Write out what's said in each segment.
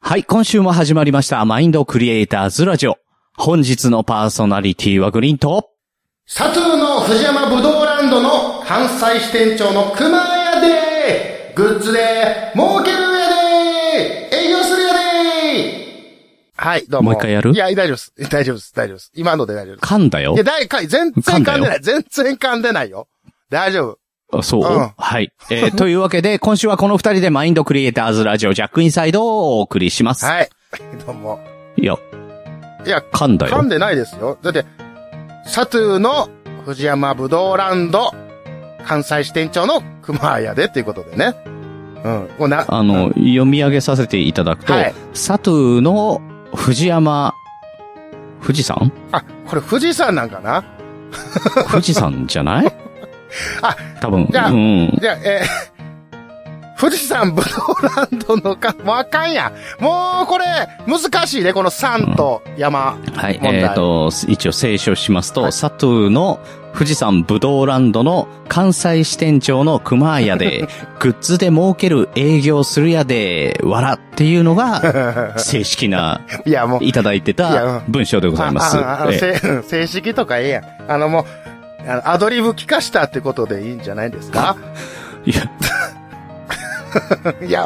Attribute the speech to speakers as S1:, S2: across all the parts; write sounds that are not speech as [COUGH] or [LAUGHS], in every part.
S1: はい、今週も始まりました。マインドクリエイターズラジオ。本日のパーソナリティはグリーンと、
S2: サトゥーの藤山ぶどうランドの関西支店長の熊谷でグッズで儲けるやで営業するやではい、どうも。
S1: もう一回やる
S2: いや、大丈夫です。大丈夫です。大丈夫です。今ので大丈夫で
S1: 噛んだよ
S2: す。いや、。第一回、全然
S1: 噛
S2: 噛
S1: ん
S2: ん
S1: だよ
S2: でない。全然噛んでないよ。大丈夫。
S1: あそう、
S2: うん
S1: はい。えー [LAUGHS] というわけで、今週はこの二人でマインドクリエイターズラジオジャックインサイドをお送りします。
S2: はい。どうも。
S1: い。や、
S2: いや、
S1: 噛んだ
S2: 噛
S1: よ
S2: ん。でないですよ。だって、サトゥーの藤山ぶどうランド関西支店長の熊谷でっていうことでね。うん。もうな、
S1: あの、読み上げさせていただくと、
S2: はい
S1: サトゥーの藤山、富士
S2: [LAUGHS]
S1: 山
S2: あ、これ富士山なんかな
S1: 富士山じゃない
S2: あ、
S1: 多分。
S2: じゃあ
S1: うん。
S2: じゃあ、えー、 [LAUGHS] 富士山ブドウランドのか、もうあかんや。もうこれ、難しいね、この山と山。
S1: はい。
S2: 問題
S1: えっ、と、一応清書しますと、サトゥーの富士山ぶどうランドの関西支店長の熊谷
S2: [LAUGHS]
S1: で、グッズで儲ける営業するやで、わらっていうのが、正式な、
S2: [LAUGHS] いや、もう。
S1: いただいて
S2: いや
S1: た文章でございます。
S2: あああの
S1: ええ
S2: せうん正式とかええやん。あのもう、あのアドリブ聞かしたってことでいいんじゃないですか [LAUGHS]
S1: いや、
S2: いや、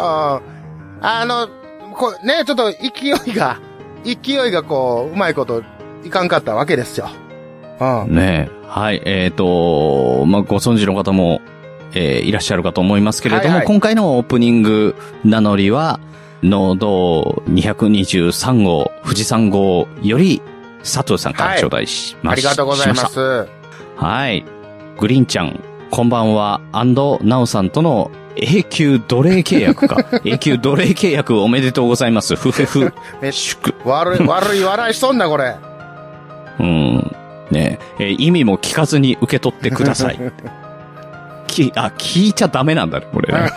S2: あの、こうね、ちょっと勢いが、勢いがこう、うまいこといかんかったわけですよ。うん。
S1: ねえ。はい。えっ、と、まあ、ご存知の方も、えーいらっしゃるかと思いますけれども、
S2: はいはい
S1: 今回のオープニング名乗りは、農道223号、富士山号より、佐藤さんから頂戴しま
S2: あ
S1: し
S2: り
S1: しました。
S2: がとうございます。
S1: はい。グリーンちゃん、こんばんは、アンド、ナオさんとの永久奴隷契約
S2: [LAUGHS]
S1: か。永久奴隷契約おめでとうございます。ふふふ。
S2: めっ
S1: 祝。
S2: 悪い、悪い笑いしとんな、これ。
S1: うん。ねえ、えー意味も聞かずに受け取ってください。
S2: [LAUGHS]
S1: き、あ、聞いちゃダメなんだね、これね。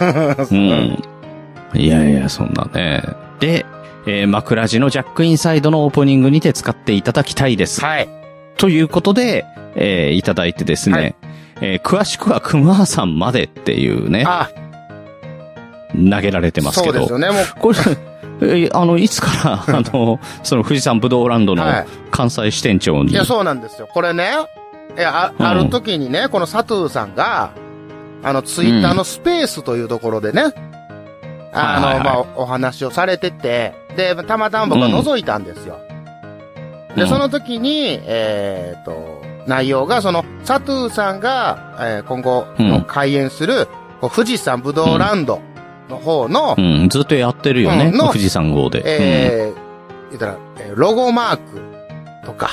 S2: [LAUGHS]
S1: うん。いやいや、そんなね。で、えー枕地のジャックインサイドのオープニングにて使っていただきたいです。
S2: はい。
S1: ということで、えーいただいてですね、
S2: はい
S1: えー詳しくは熊さんまでっていうね、
S2: あ、
S1: 投げられてますけ
S2: そうで
S1: ど
S2: す、よね。もう、
S1: これ、えーあの、いつから、あ
S2: [LAUGHS]
S1: の、その富士山ぶどうランドの
S2: はい
S1: 関西支店長に、
S2: いや、そうなんですよ。これね、いや、あ、
S1: うん
S2: ある時にね、この佐藤さんが、あの、ツイッターのスペースというところでね、あ
S1: はいはいはい
S2: の、まあ、お話をされてて、で、たまたま僕は覗いたんですよ。
S1: う
S2: で、
S1: ん
S2: その時に、えっ、と、内容が、その、佐藤さんが、えー今後、
S1: うん
S2: 開園する、こう富士山ぶどうランドの方の、
S1: うん、ずっとやってるよね、
S2: うんの
S1: 富士山号で。
S2: えー、言ったら、えーロゴマークとか、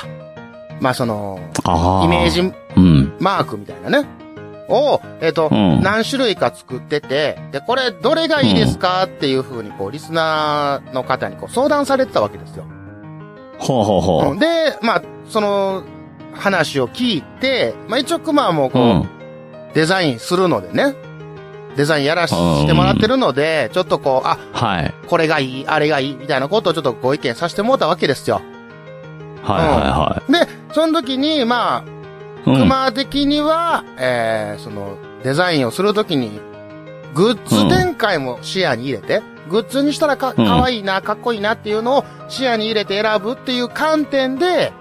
S2: まあその、
S1: うん、ああ。
S2: イメージ
S1: うん。
S2: マークみたいなね、を、えっ、と、
S1: うん
S2: 何種類か作ってて、で、これどれがいいですかっていう風に、こう、リスナーの方にこう相談されてたわけですよ。
S1: ほうほうほう。
S2: で、まあ、その、話を聞いて、まあ一応クマも
S1: う
S2: こう、
S1: ん。
S2: デザインするのでね、デザインやらしてもらってるので、ちょっとこう、あ、
S1: はい。
S2: これがいい、あれがいい、みたいなことをちょっとご意見させてもらったわけですよ。
S1: はいは
S2: で、その時に、ま
S1: い
S2: あ、
S1: はい。うん。
S2: 熊的には、えー、その、デザインをするときに、グッズ展開も視野に入れて、グッズにしたらか、
S1: うん
S2: かわいいな、かっこいいなっていうのを視野に入れて選ぶっていう観点で、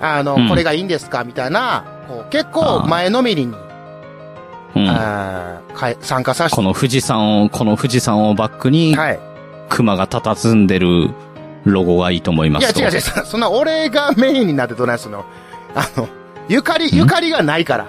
S2: あの、
S1: うん
S2: これがいいんですかみたいな、こう結
S1: あ
S2: 構
S1: ー
S2: 前のめりに、
S1: うん
S2: あーかい参加させ
S1: こ
S2: て、
S1: の富士山を、この富士山をバックに、
S2: はい。
S1: 熊が佇んでるロゴがいいと思いま
S2: いや、
S1: すと。
S2: 違う違う、そそんな俺がメインになってどないすんのあの、ゆかり、ゆかりがないか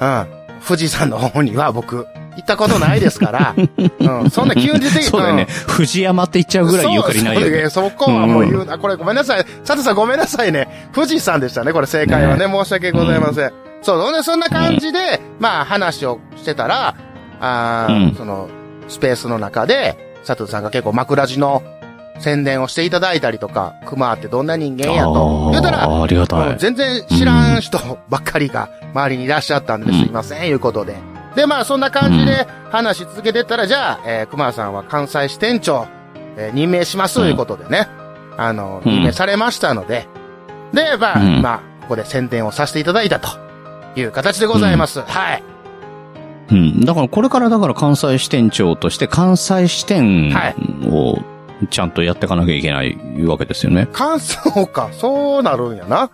S2: ら。うん。富士山の方には僕、行ったことないです
S1: [LAUGHS]
S2: から。うん。そんな急に出て
S1: そうだよね。藤山って言っちゃ
S2: う
S1: うんぐらいゆかりないよ
S2: そうそう
S1: ね。
S2: ねそこはもう言うな。これごめんなさい。佐藤さんごめんなさいね。富士山でしたね。これ正解はね。申し訳ございません。そう、ほんでそんな感じで、まあ話をしてたら、あー
S1: うん
S2: その、スペースの中で、佐藤さんが結構枕地の宣伝をしていただいたりとか、熊ってどんな人間やと。言ったら、
S1: ああ、ありが
S2: も
S1: た
S2: う
S1: い。
S2: 全然知らん人ばっかりが周りにいらっしゃったんで、すいません、いうことで。で、まあ、そんな感じで話し続けてったら、じゃあ、えー、熊さんは関西支店長、えー任命します、
S1: うん
S2: ということでね。あの、
S1: うん
S2: 任命されましたので。で、まあ、
S1: うん
S2: まあ、ここで宣伝をさせていただいたという形でございます。はい。
S1: うん。だからこれからだから関西支店長として関西支店
S2: はい
S1: をちゃんとやっていかなきゃいけないわけですよね。
S2: 乾燥か。そうなるんやな。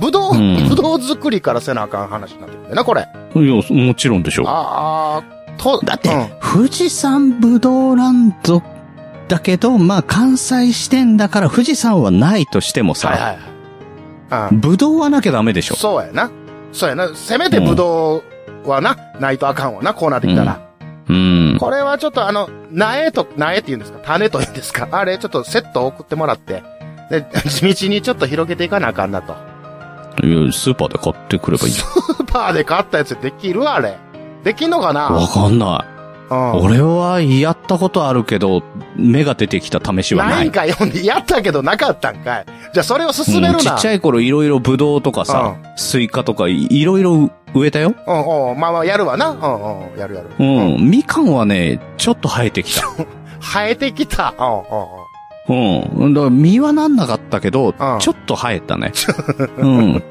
S2: ぶどう、
S1: うん
S2: ぶどう作りからせなあかん話になってくるな、これ。
S1: いや、もちろんでしょう。
S2: ああ、と、
S1: だって、
S2: うん
S1: 富士山ぶどうランドだけど、まあ、関西支店だから富士山はないとしてもさ、
S2: はいはいはい。うん。
S1: ぶどうはなきゃダメでしょ。
S2: そうやな。そうやな。せめてぶどうはな、ないとあかんわな、こうなってきたら。
S1: うん。
S2: これはちょっとあの、苗と、苗って言うんですか種と言うんですかあれ、ちょっとセット送ってもらって。で、 [LAUGHS] 地道にちょっと広げていかなあかんなと。 [LAUGHS]
S1: いやスーパーで買ってくればいいじゃ。
S2: スーパーで買ったやつできるあれ。できんのかなん
S1: わかんない。
S2: うん。
S1: 俺はやったことあるけど、芽が出てきた試しはな。
S2: ないいんか読んで、やったけどなかったんかい。じゃあそれを進め
S1: うん
S2: る
S1: ち
S2: な
S1: っち。ゃい頃いろいろブドウとかさ、スイカとかいろいろ植えたよ。
S2: うんうん。まあまあ、やるわな。うんうん。やるやる。
S1: うん。みかんはね、ちょっと生えてきた。
S2: 生えてきた。うんうんうん。
S1: うん。だから実はなんなかったけど、
S2: ん
S1: ちょっと生えたね。うん。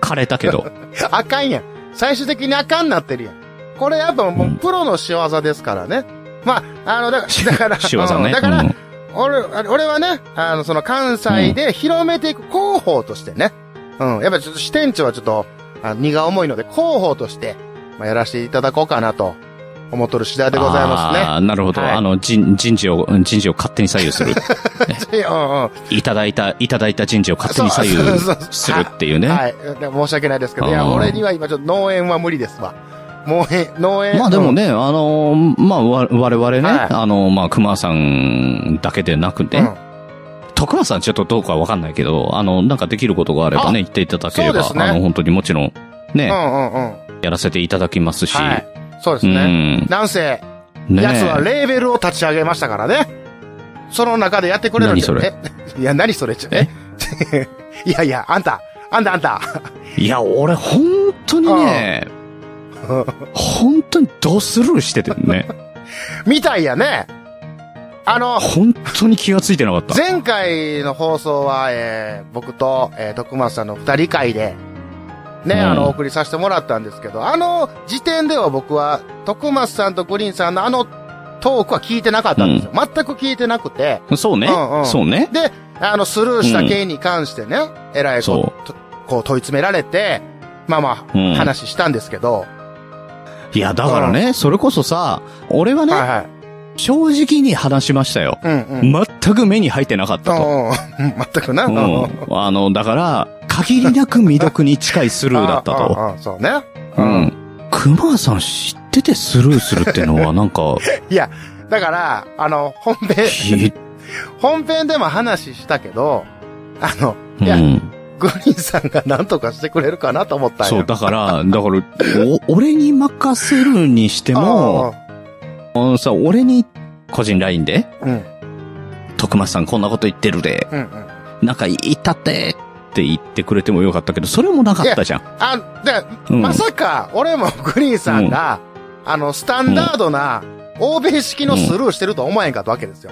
S1: 枯れたけ
S2: [LAUGHS]
S1: ど。
S2: あかんやん。最終的にあかんなってるやん。これやっぱも
S1: うん
S2: うプロの仕業ですからね。まあ、あの、だ
S1: [LAUGHS]
S2: から、だから、
S1: 仕業
S2: うん
S1: ね。
S2: だから、
S1: うん
S2: 俺、俺はね、あの、その関西で広めていく広報としてね。うん。やっぱちょっと支店長はちょっと、あ荷が重いので広報として、まあ、やらせていただこうかなと思っとる次第でございま
S1: あーなるほど。
S2: はい
S1: あの、人、人事を、人事を勝手に左右
S2: [LAUGHS]
S1: する。
S2: すね。うんうん。
S1: いただいた、いただいた人事を勝手に左
S2: そう
S1: 右
S2: [LAUGHS] そうそう
S1: するっていうね。
S2: はい。で申し訳ないですけど、い
S1: あ
S2: や、
S1: ー
S2: 俺には今ちょっと農園は無理ですわ。もう、え農園。
S1: まあでもね、あのーまあ、わ我々ね、
S2: はい
S1: あのーまあ、熊さんだけでなく
S2: うん、うん
S1: ね、徳間さんちょっとどうかわかんないけど、あの、なんかできることがあればね、言っていただければ、
S2: そうですね
S1: あの、本当にもちろん、
S2: う
S1: ね、
S2: んうんうん。
S1: やらせていただきますし、
S2: はい。そうで
S1: う
S2: すね。
S1: ん、
S2: なんせ、
S1: ね
S2: やつはレーベルを立ち上げましたからね。その中でやってくれるんじゃ
S1: 何それ。
S2: え [LAUGHS] いや、何それちょえいやいや、あんた、あんたあんた。 [LAUGHS]
S1: いや、俺、本当にね、 [LAUGHS] 本当にドスルーしてて [LAUGHS] ね、
S2: みたいやね。あの、
S1: 本当に気がついてなかった。
S2: 前回の放送は、えー僕と、えー徳松さんの二人会で、ね、
S1: うん
S2: あの、お送りさせてもらったんですけど、あの時点では僕は、徳松さんとグリーンさんのあのトークは聞いてなかったんですよ。全く聞いてなくて、
S1: そうね、
S2: うんうん
S1: そうね。
S2: で、あの、スルーした件に関してね、えらいこう、とこう問い詰められて、まあま
S1: う
S2: あ、
S1: ん
S2: 話したんですけど、
S1: いや、だからね、それこそさ、俺はね、
S2: はいはい。
S1: 正直に話しましたよ。
S2: うんうん。 [LAUGHS]
S1: 全く目に入ってなかったと。
S2: うんうん、全くな。
S1: うん
S2: うんうん
S1: あの、だから、限りなく未読に近いスルーだったと。
S2: あ。ああそうね。
S1: う
S2: うん
S1: ん。熊さん知っててスルーするってのはなんか、
S2: だから、あの、本編、
S1: ひ、
S2: [LAUGHS] 本編でも話したけど、あの、
S1: う
S2: いや、
S1: ん。
S2: グリーンさんが何とかしてくれるかなと思ったんよ
S1: そう、だから、だから、お俺に任せるにしても、、あのさ、俺に、個人 LINE で、
S2: うんうん、
S1: 徳松さんこんなこと言ってるで、
S2: うん、うん。
S1: なんか言ったって、って言ってくれてもよかったけど、それもなかったじゃん。
S2: あ、で、
S1: うん
S2: まさか、俺もグリーンさんが、あの、スタンダードな、欧米式のスルーしてると思えんかったわけですよ。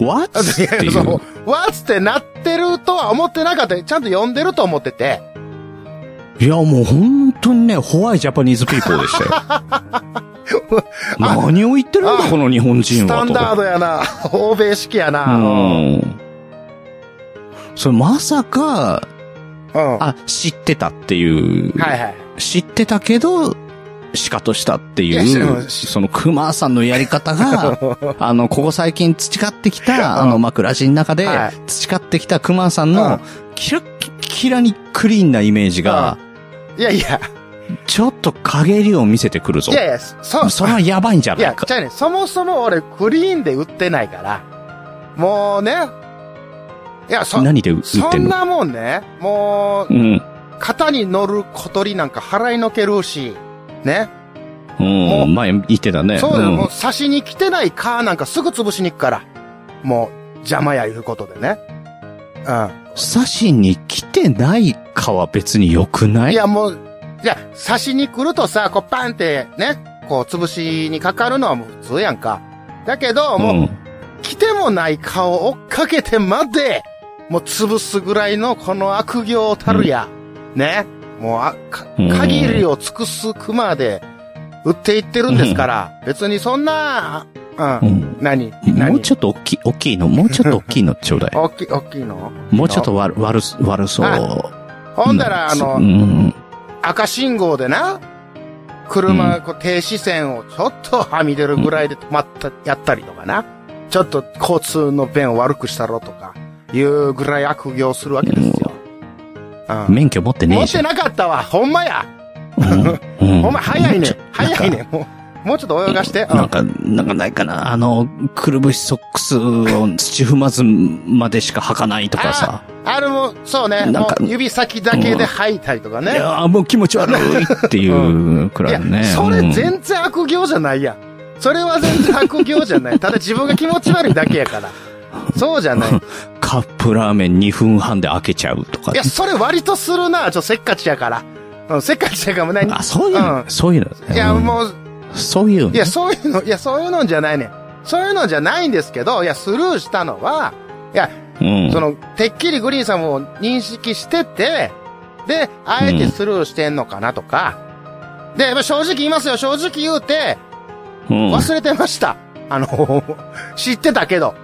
S1: What?
S2: [LAUGHS] い
S1: っ
S2: や
S1: て
S2: い
S1: い
S2: や、
S1: う
S2: そ。う、わつってなってるとは思ってなかった。ちゃんと読んでると思ってて。
S1: いや、もう本当にね、ホワイジャパニーズピーポーで
S2: [LAUGHS]
S1: したよ。何を言ってるんだ、
S2: あ
S1: この日本人
S2: スタ
S1: は
S2: ン
S1: と。
S2: ダードやな。 [LAUGHS] 欧米式やな。うん。
S1: うん。それまさか、
S2: は
S1: あ、知ってたっていう、
S2: いはい。
S1: 知ってたけど、シカとしたってい
S2: いや知ら
S1: う、
S2: ない
S1: その熊さんのやり方
S2: [LAUGHS]
S1: が、あの、ここ最近培ってきた、あの、まあ、暮らしの中で
S2: はい、
S1: 培ってきた熊さん
S2: う
S1: の
S2: ん、
S1: キラッキラにクリーンなイメージが、
S2: いやいや、
S1: ちょっと陰りを見せてくるぞ
S2: い。やいや、そ、
S1: それはやばいんじゃ
S2: い
S1: な
S2: や
S1: い、か
S2: じ。ゃあね、そもそも俺、クリーンで売ってないから。もうね。いや、そ、
S1: 何で売っ
S2: そ
S1: てん
S2: ん
S1: の
S2: なもんね。もう、
S1: うん。
S2: 肩に乗る小鳥なんか払いのけるし、ね。
S1: う。
S2: もうん
S1: 前言ってたね。
S2: そうだよ、
S1: ん
S2: もう刺しに来てない蚊なんかすぐ潰しに行くから。もう、邪魔やいうことでね。
S1: 刺しに来てないかは別に良く
S2: う。
S1: なんい
S2: いや、もう、いや、刺しに来るとさ、こうパンってね、こう潰しにかかるのはもう普通やんか。だけど、もう、
S1: ん。
S2: 来てもない蚊を追っかけてまで、もう潰すぐらいのこの悪行たるや、ね。もうあ、か
S1: うん
S2: 限りを尽くす熊で、売っていってるんですから、別にそんな、う。
S1: うんん。
S2: 何
S1: もう
S2: 何
S1: ちょっと大きい、大きいの、もうちょっと大きいのちょうだい。
S2: 大きい、大きいの
S1: もうちょっと悪、悪す、悪そう。
S2: ほんだら、あ
S1: う
S2: の、
S1: ん。
S2: 赤信号でな、車、こう、停止線をちょっとはみ出るぐらいで止まった、やったりとかな。ちょっと交通の便を悪くしたろとか、いうぐらい悪行するわけですよ。うん。
S1: 免許持ってね
S2: 持
S1: え
S2: っ
S1: じゃ
S2: てなかったわ、ほんまや。
S1: ん。うん
S2: ほんま、早いね。早い。
S1: うん
S2: ね。もう、もうちょっと泳がして。う
S1: なん
S2: ん。
S1: か、なんかないかな。あの、くるぶしソックスを土踏まずまでしか履かないとかさ。
S2: あれも、そうね。
S1: なん
S2: も
S1: か
S2: う指先だけで吐いたりとか
S1: い
S2: ね。
S1: やーもう気持ち悪いっていうく
S2: [LAUGHS] い
S1: らい
S2: や
S1: のね。、
S2: それ
S1: うん
S2: 全然悪行じゃないやん。それは全然悪行じゃない。ただ自分が気持ち悪いだけやから。そうじゃない。
S1: カップラーメン2分半で開けちゃうとか
S2: い。や、それ割とするな。ちょ、せっかちやから。うん、せっかちやからもう何
S1: あ、そういうの
S2: う、ん
S1: そういうのね。
S2: いや、
S1: うん
S2: もう、
S1: そういうの
S2: い。や、そういうの、いや、そういうのじゃないねん。そういうのじゃないんですけど、いや、スルーしたのは、いや、
S1: うん
S2: その、てっきりグリーンさんも認識してて、で、あえてスルーしてんのかなとか。で、まあ正直言いますよ、正直言うて、
S1: うん
S2: 忘れてました。あの、 [LAUGHS] 知ってたけど。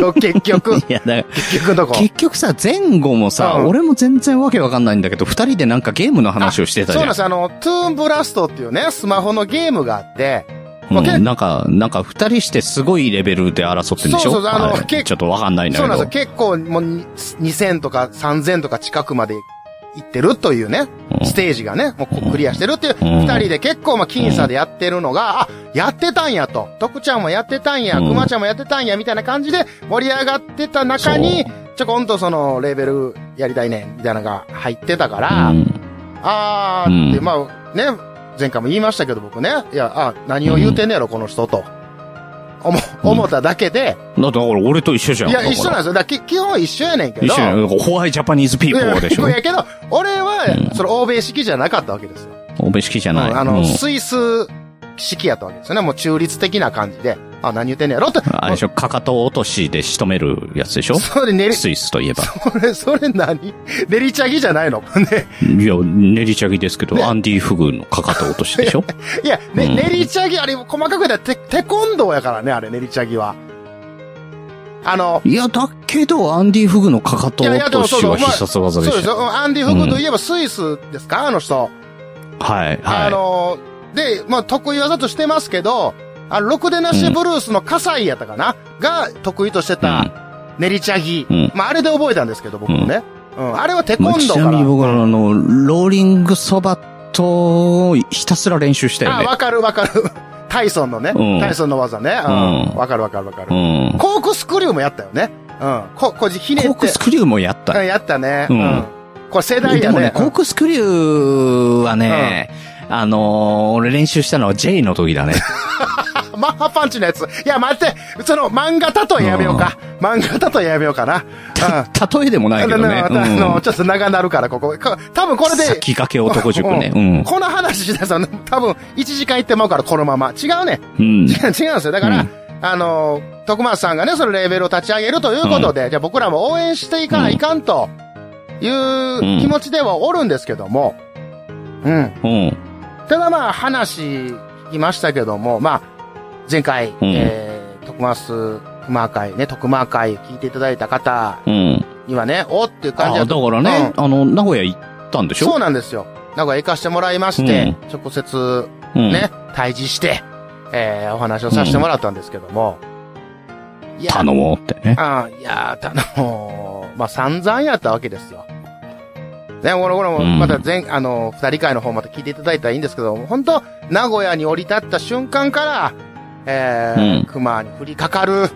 S1: [LAUGHS]
S2: 局、結局、
S1: いや、だから
S2: 結局のとこ。
S1: 結局さ、前後もさ、
S2: うん
S1: 俺も全然わけわかんないんだけど、二人でなんかゲームの話をしてたじ
S2: そう
S1: ゃん
S2: なんで。す。あの、トゥーンブラストっていうね、スマホのゲームがあって、
S1: う
S2: まあ結
S1: ん、なんか、なんか二人してすごいレベルで争ってるんでしょ
S2: そうそうそうあの
S1: はい
S2: 結
S1: ちょっとわかんないんだ
S2: そ
S1: け
S2: うなん
S1: ど
S2: です。よ。結構もうに2000とか3000とか近くまで行ってるというね、
S1: うん
S2: ステージがね、もうこうクリアしてるっていう、
S1: うん
S2: 二人で結構まあ僅差でやってるのが、あ、やってたんやと。徳ちゃんもやってたんや、
S1: うん
S2: 熊ちゃんもやってたんや、みたいな感じで盛り上がってた中に
S1: そ、
S2: ちょこんとそのレベルやりたいねん、みたいなのが入ってたから、
S1: うん
S2: あーって、
S1: うん
S2: まあね、前回も言いましたけど僕ね、いや、あ、何を言うてんねやろ、この人と。思、思っただけで、
S1: だって、俺と一緒じゃん。
S2: いや、
S1: だから
S2: 一緒なんですよ。だからき基本一緒やねんけど。
S1: 一緒やんホワイジャパニーズピーポーでしょ
S2: いやいやけど、俺は
S1: う、
S2: その欧米式じゃなかったわけですよ。
S1: 欧米式じゃない。
S2: あ
S1: う
S2: の、
S1: ん
S2: スイス式やったわけですよね。もう中立的な感じで。あ、何言ってんねやろって。
S1: あれでしょ、かかと落としで仕留めるやつでしょ
S2: それ練り、そ
S1: スイスといえば。
S2: れ、それ何練り茶ぎじゃないのね。
S1: いや、練りチャギですけど、
S2: ね
S1: アンディ・フグのかかと落としでしょ
S2: いや、ね、
S1: うん
S2: 練り茶ぎ、あれ、細かく言ったらテ、テコンドーやからね、あれ、練り茶ぎは。あの、
S1: いや、だけど、アンディ・フグのかかと
S2: いやいや
S1: 落
S2: でも
S1: と
S2: そう
S1: し
S2: そう
S1: は必殺技で
S2: そうで
S1: し
S2: す
S1: ょ。
S2: よ。うんアンディ・フグといえばスイスですかあの人。
S1: はい、
S2: あ
S1: は
S2: の、で、まあ、得意技としてますけど、あの、ろくでなしブルースの葛西やったかな、が得意として
S1: い。
S2: た、練りチャギ。
S1: うん
S2: まあ、あれで覚えたんですけど、僕もね。うん。あれはテコ
S1: ま
S2: ン
S1: あ
S2: ドー
S1: ち
S2: か
S1: なみ
S2: ら。
S1: に僕は、あの、ローリングそばと、ひたすら練習したよ
S2: あ、
S1: ね。
S2: わかるわ [LAUGHS] かる。タイソンのね、
S1: うん
S2: タイソンの技ね。う。
S1: うんん
S2: わかるわかるわかる
S1: う、ん。
S2: コークスクリューもやったよね。うん。こ、こじひねって。
S1: コークスクリューもやった
S2: うん、やったね。う。
S1: うんん
S2: これ世代
S1: で
S2: や
S1: も
S2: ね。
S1: ね、コークスクリューはね、あのー、俺練習したのは J の時だ
S2: [LAUGHS]
S1: ね。
S2: うんマッハパンチのやつ。いや、待って、その、漫画たとえやめようか。漫画たとえやめようかな。うん。
S1: た、例えでもないけどね。
S2: あ
S1: う
S2: のあの、
S1: ん
S2: ちょっと長なるから、ここ。か多分これで。
S1: 先駆け男塾ね。
S2: う
S1: うんん。
S2: この話しださ、多分、1時間行ってまうから、このまま。違うね。 [LAUGHS]
S1: うん
S2: 違う、違うんですよ。だから、
S1: うん
S2: あの、徳松さんがね、そのレーベルを立ち上げるということで、じゃあ僕らも応援していかないかんと、いう気持ちではおるんですけども、うん。
S1: うん。
S2: ただまあ、話聞きましたけども、まあ、前回、えー、徳松、マー会ね、徳マー会聞いていただいた方
S1: うん。
S2: にはね、おっていう感
S1: あ
S2: じだ
S1: あ、
S2: と
S1: だからね、あの、名古屋行ったんでしょ
S2: そうなんですよ。名古屋行かしてもらいまして、直接
S1: うん。
S2: ね、退治して、えー、お話をさせてもらったんですけども。いや
S1: 頼もうってね。
S2: あーいやー、頼もう。まあ、散々やったわけですよ。ね、この頃も、
S1: うん
S2: また前、あの、二人会の方また聞いていただいたらいいんですけども、本当名古屋に降り立った瞬間から、えー
S1: うん
S2: 熊に降りかかる、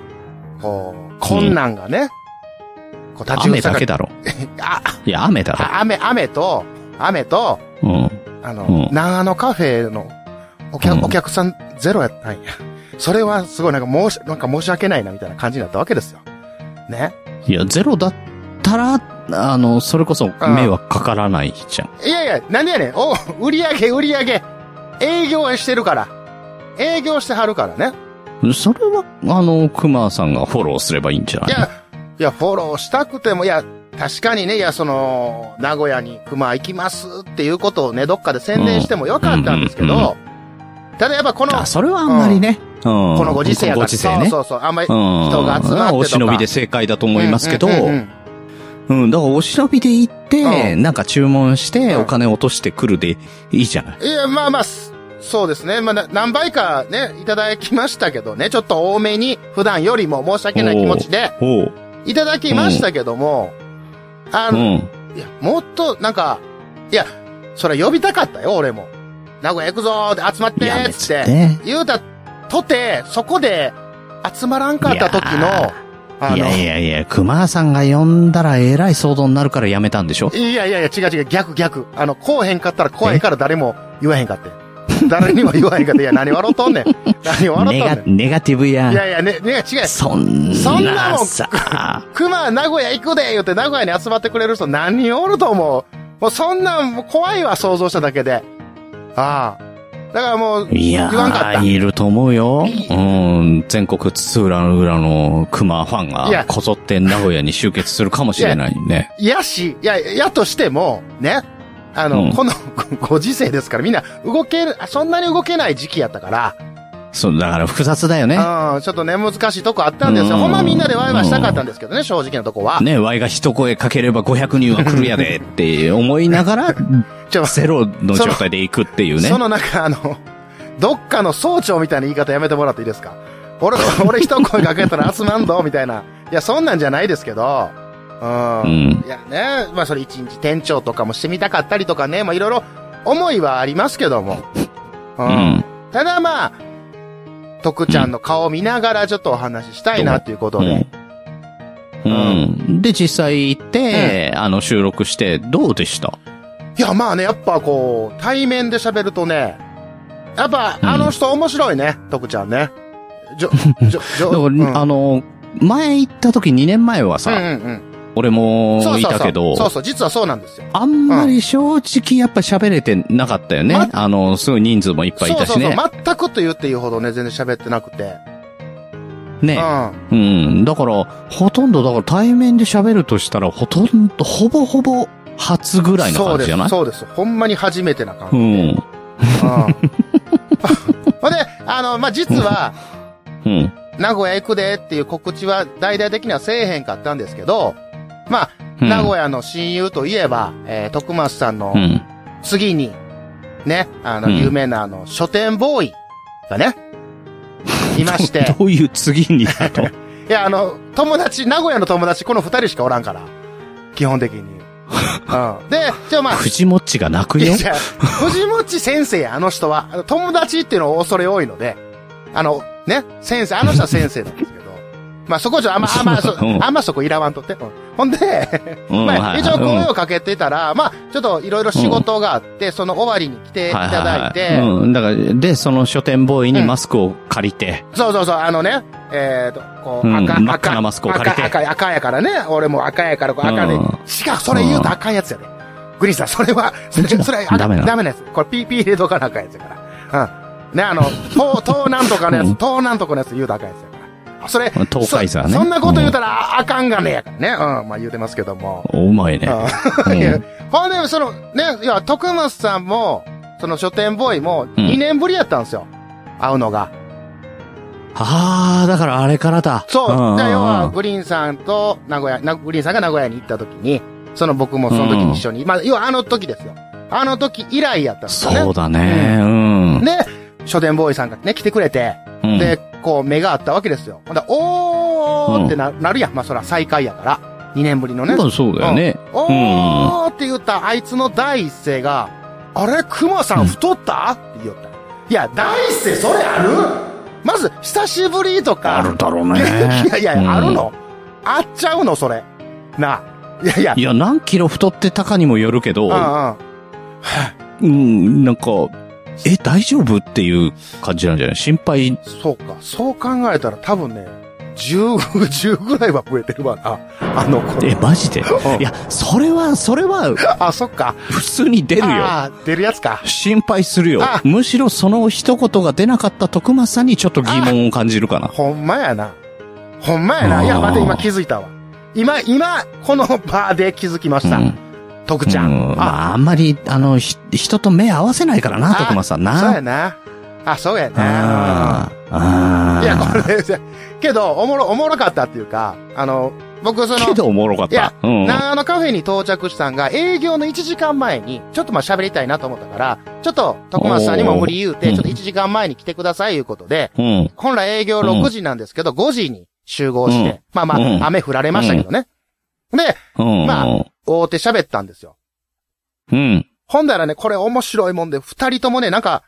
S2: こう、困難がね、こう、立ち
S1: 雨だ
S2: 塞が
S1: け
S2: る。
S1: だろ。
S2: [LAUGHS] あ、
S1: いや、雨だろ。
S2: あ雨、雨と、雨と、
S1: うん。
S2: あの、
S1: うん
S2: 長野カフェのお客,、
S1: うん
S2: お客さんゼロやったんや。 [LAUGHS] それはすごいなんか申し、なんか申し訳ないなみたいな感じになったわけですよ。ね。
S1: いや、ゼロだったら、あの、それこそ迷惑かからないじゃん。
S2: いやいや、なんでやねん。お、売り上げ、売り上げ。営業してるから。営業してはるからね。
S1: それは、あの、熊さんがフォローすればいいんじゃない
S2: いや、いや、フォローしたくても、いや、確かにね、いや、その、名古屋に熊行きますっていうことをね、どっかで宣伝してもよかったんですけ
S1: うんうん
S2: ど、ただやっぱこの、
S1: あ、それはあんまりね。こ
S2: このご時世や
S1: の
S2: か
S1: ご
S2: ら。
S1: 時世ね。
S2: そうそうそう。あんまり人
S1: うん
S2: が集まってとか。
S1: お忍びで正解だと思いますけど、
S2: う
S1: うん
S2: うんうん
S1: ん、だからお忍びで行って、
S2: う
S1: なんか注文して、
S2: うん
S1: お金落としてくるでいいじゃない。
S2: いや、まあまあ、すそうですね。まあ、な何倍かね、いただきましたけどね、ちょっと多めに、普段よりも申し訳ない気持ちで、
S1: おう。
S2: いただきましたけども、あ
S1: う
S2: の、
S1: ん。
S2: いや、もっと、なんか、いや、それ呼びたかったよ、俺も。名古屋行くぞーって集まって
S1: や
S2: ーっ
S1: 別
S2: つっ
S1: に
S2: て、
S1: ね
S2: 言うたとて、そこで集まらんかった時
S1: い
S2: の
S1: や、
S2: あの、
S1: いやいやいや、熊さんが呼んだらえらい騒動になるからやめたんでしょ
S2: いやいやいや、違う違う、逆逆。あの、こうへんかったら怖いから誰も言わへんかって。誰にも言わへんかって。いや、何笑っとんねん。何笑
S1: ネ
S2: っとん
S1: ガ
S2: ねん。
S1: ネガティブや
S2: い。やいや、ね、ね、違う。
S1: そん
S2: そん
S1: な
S2: なもん
S1: さ。
S2: 熊、名古屋行くで言って名古屋に集まってくれる人何人おると思うもうそんなん、もう怖いわ、想像しただけで。ああ。だからもう、
S1: いや
S2: 言わんかった。
S1: ー、
S2: い
S1: いると思うよ。うん、全国津々浦々の熊ファン
S2: いや
S1: が、こぞって名古屋に集結するかもしれないね。
S2: やし、いや、やとしても、ね。あの、
S1: うん
S2: この [LAUGHS] ごご時世ですから、みんな動ける、あそんなに動けない時期やったから、
S1: そう、だから複雑だよね。
S2: うん、ちょっとね、難しいとこあったんですよ。
S1: うん
S2: ほんまみんなでワイワイしたかったんですけどね、正直なとこは。
S1: ね、Y が一声かければ500人は来るやでって思いなが
S2: [LAUGHS]
S1: ら、
S2: ちょ
S1: ゼロの状態で行くっていうね
S2: そ。の中、あの、どっかの総長みたいな言い方やめてもらっていいですか俺、俺一声かけたら集まんぞ、みたいな。いや、そんなんじゃないですけど、うん。
S1: うん
S2: いやね、まあそれ一日店長とかもしてみたかったりとかね、まあいろいろ思いはありますけども。う。
S1: うんん。
S2: ただまあ、徳ちゃんの顔見ながらちょっとお話ししたいなっていうことで。
S1: う
S2: うん
S1: ん。で、実際行って、あの、収録して、どうでした
S2: いや、まあね、やっぱこう、対面で喋るとね、やっぱ、あの人面白いね、徳ちゃんね。
S1: [LAUGHS]
S2: じょ、じょ、じ
S1: だから、
S2: ょ、うん
S1: あの、前行った時2年前はさ、
S2: うんうんうん
S1: 俺も
S2: そう
S1: い
S2: そうそう
S1: たけど、
S2: そうそう、実はそうなんですよ。
S1: あんまり正直やっぱ喋れてなかったよね。
S2: ま
S1: あの、すごい人数もいっぱいい
S2: そう
S1: た
S2: そ
S1: し
S2: うそう、
S1: ね。
S2: 全くと言っていいほどね、全然喋ってなくて。う
S1: ね。
S2: ん。
S1: うん。だから、ほとんど、だから対面で喋るとしたら、ほとんど、ほぼほぼ、初ぐらいの
S2: そう
S1: 感
S2: で
S1: じじゃ
S2: す
S1: ない、
S2: そうです。ほんまに初めてな感
S1: う [LAUGHS]
S2: じ。
S1: ん。
S2: うん。 [LAUGHS] ほんで、あの、まあ、実は、
S1: うん。
S2: 名古屋行くでっていう告知は大々的にはせえへんかったんですけど、まあ、
S1: うん
S2: 名古屋の親友といえば、えー、徳松さんの
S1: うん。
S2: 次に、ね、あの、
S1: うん
S2: 有名なあの、書店ボーイが
S1: [LAUGHS]
S2: ね、いまして。
S1: どういう次にだ
S2: [LAUGHS]
S1: と。
S2: いや、あの、友達、名古屋の友達、この二人しかおらんから。基
S1: [LAUGHS]
S2: 本的に。うん。で、じゃあまあ、
S1: 藤もっちが泣く
S2: い
S1: よ
S2: や。じゃあ藤持先生や、あの人は。あの友達っていうのを恐れ多いので、あの、ね、先生、あの人は先生なんですけど。 [LAUGHS] まあそこじゃ、あんま、あんま、そ
S1: うん
S2: あんまそこいらわんとって。うんほんで、
S1: うん
S2: まあ、
S1: はい
S2: 一応声をかけてたら、まあ、ちょっといろいろ仕事があって、その終わりに来ていただい
S1: はは
S2: て、
S1: うん。だから、で、その書店ボーイにマスクを借りて、
S2: そうそうそう、あのね、えっ、と、こう、
S1: うん
S2: 赤、
S1: 真っ
S2: 赤
S1: 赤なマスクを借りて
S2: 赤、赤、赤やからね。俺も赤やから、こう赤で。
S1: うん
S2: 違う、それ言うと赤いやつやで。グリーンさん、それは、それ、それ赤
S1: ダメなの
S2: ダメなやつ。これ、ピーピー入れとかな赤いやつやから。うん。ね、
S1: [LAUGHS]
S2: あの、東、東なんとかのや
S1: う
S2: つ、
S1: ん
S2: 東南とかのやつ言うと赤いやつやから。それ、
S1: 東海座ね
S2: そそんなこと言うたら、ああかんがねやからね。うん、まあ言うてますけども。
S1: おうまいね。
S2: うんいやほんで、その、ね、いや、徳松さんも、その書店ボーイも、
S1: うん
S2: 2年ぶりやったんですよ。会うのが。
S1: ああ、だからあれからだ。
S2: そう。
S1: んんん
S2: だから要は、グリーンさんと名古屋、なグリーンさんが名古屋に行った時に、その僕もその時に一緒に、まあ、要はあの時ですよ。あの時以来やったんですよね。
S1: そうだね。うん。
S2: で、書店ボーイさんがね、来てくれて、
S1: うん、
S2: で、こう、目があったわけですよ。ほんで、おーってな,、なるやん。まあ、そら再会やから。2年ぶりのね。
S1: まあそうだよね。
S2: おーって言ったあいつの第一声が、あれ、熊さん太ったって言った。いや、第一声それあるまず、久しぶりとか。
S1: あるだろうね
S2: [LAUGHS] いやいや、
S1: うん
S2: あるのあっちゃうのそれ。なあ。いやいや。
S1: いや、何キロ太ってたかにもよるけど、
S2: うんうん。
S1: うん、なんか、え、大丈夫っていう感じなんじゃない心配。
S2: そうか。そう考えたら多分ね、10、10ぐらいは増えてるわな。あの子。
S1: え、マジで
S2: うん
S1: いや、それは、それは、
S2: あ、そっか。
S1: 普通に出るよ。
S2: あー出るやつか。
S1: 心配するよ
S2: あ。
S1: むしろその一言が出なかった徳松さんにちょっと疑問を感じるかな。
S2: ほんまやな。ほんまやな。いや、
S1: あー
S2: 待て、今気づいたわ。今、今、この場で気づきました
S1: うん。
S2: 徳ちゃん
S1: う。
S2: あ、
S1: まあ、あんまり、あの、ひ人と目合わせないからな、
S2: あ
S1: 徳松さん
S2: そうや
S1: な。
S2: な。あ、そうやな。
S1: あーああ。
S2: いや、これで、けど、おもろ、おもろかったっていうか、あの、僕そ
S1: け
S2: の、
S1: どおもろかっ
S2: いや
S1: た。うん。
S2: 長野カフェに到着したんが、営業の1時間前に、ちょっとまあ喋りたいなと思ったから、ちょっと徳松さんにも無理言うて、
S1: おー
S2: ちょっと1時間前に来てくださいいうことで、
S1: うん。
S2: 本来営業6時なんですけど、5時に集合して、
S1: うん
S2: まあまあ、
S1: うん
S2: 雨降られましたけどね。で、
S1: うん。
S2: まあ大手喋ったんですよ。 [LAUGHS]
S1: うん。
S2: ほんだらね、これ面白いもんで、二人ともね、なんか、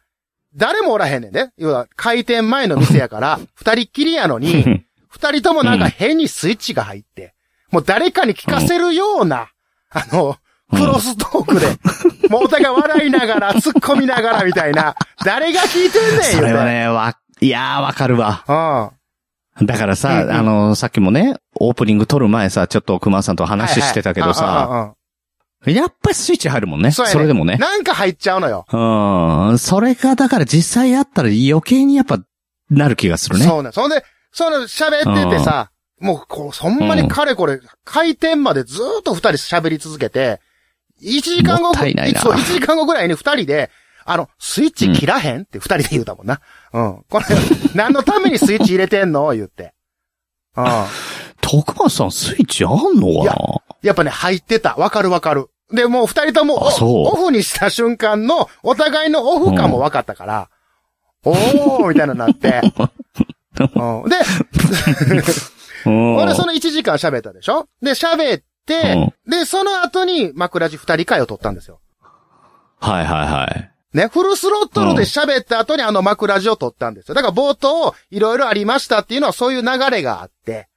S2: 誰もおらへんねんね。要は、開店前の店やから、二人っきりやのに、二人ともなんか変にスイッチが入って、もう誰かに聞かせるような、あの、クロストークで、もうお互い笑いながら、突っ込みながらみたいな、誰が聞いてんねん
S1: それは
S2: よ。
S1: ね、わ、いやーわかるわ。
S2: うん。
S1: だからさ、
S2: うんうん
S1: あの、さっきもね、オープニング撮る前さ、ちょっと熊さんと話してたけど
S2: はいはい
S1: さ、
S2: うんうんうん
S1: やっぱりスイッチ入るもんね。
S2: そ
S1: そう
S2: や
S1: れでもね。
S2: なんか入っちゃうのよ。
S1: うん。それが、だから実際あったら余計にやっぱ、なる気がするね。
S2: そうなん。そんで、その喋っててさ、もうこう、そんまにかれこれ、開店までずーっと二人喋り続けて、1時間後
S1: もったいないな
S2: そう、1時間後ぐらいに二人で、あの、スイッチ切らへんって二人で言うたもんな。うん。これ、 [LAUGHS] 何のためにスイッチ入れてんの言って。うん。
S1: 徳松さんスイッチあんの
S2: い
S1: か
S2: や
S1: な
S2: やっぱね、入ってた。わかるわかる。で、もう二人とも
S1: あそう
S2: オ、オフにした瞬間の、お互いのオフ感もわかったから、おーみたいなのにな
S1: [LAUGHS]
S2: って。うん、で、
S1: うん。
S2: 俺その1時間喋ったでしょで、喋って、で、その後に枕地2人会を取ったんですよ。
S1: はいはいはい。
S2: ね、フルスロットルで喋った後にあの枕地を取ったんですよ。だから冒頭、いろいろありましたっていうのはそういう流れがあって、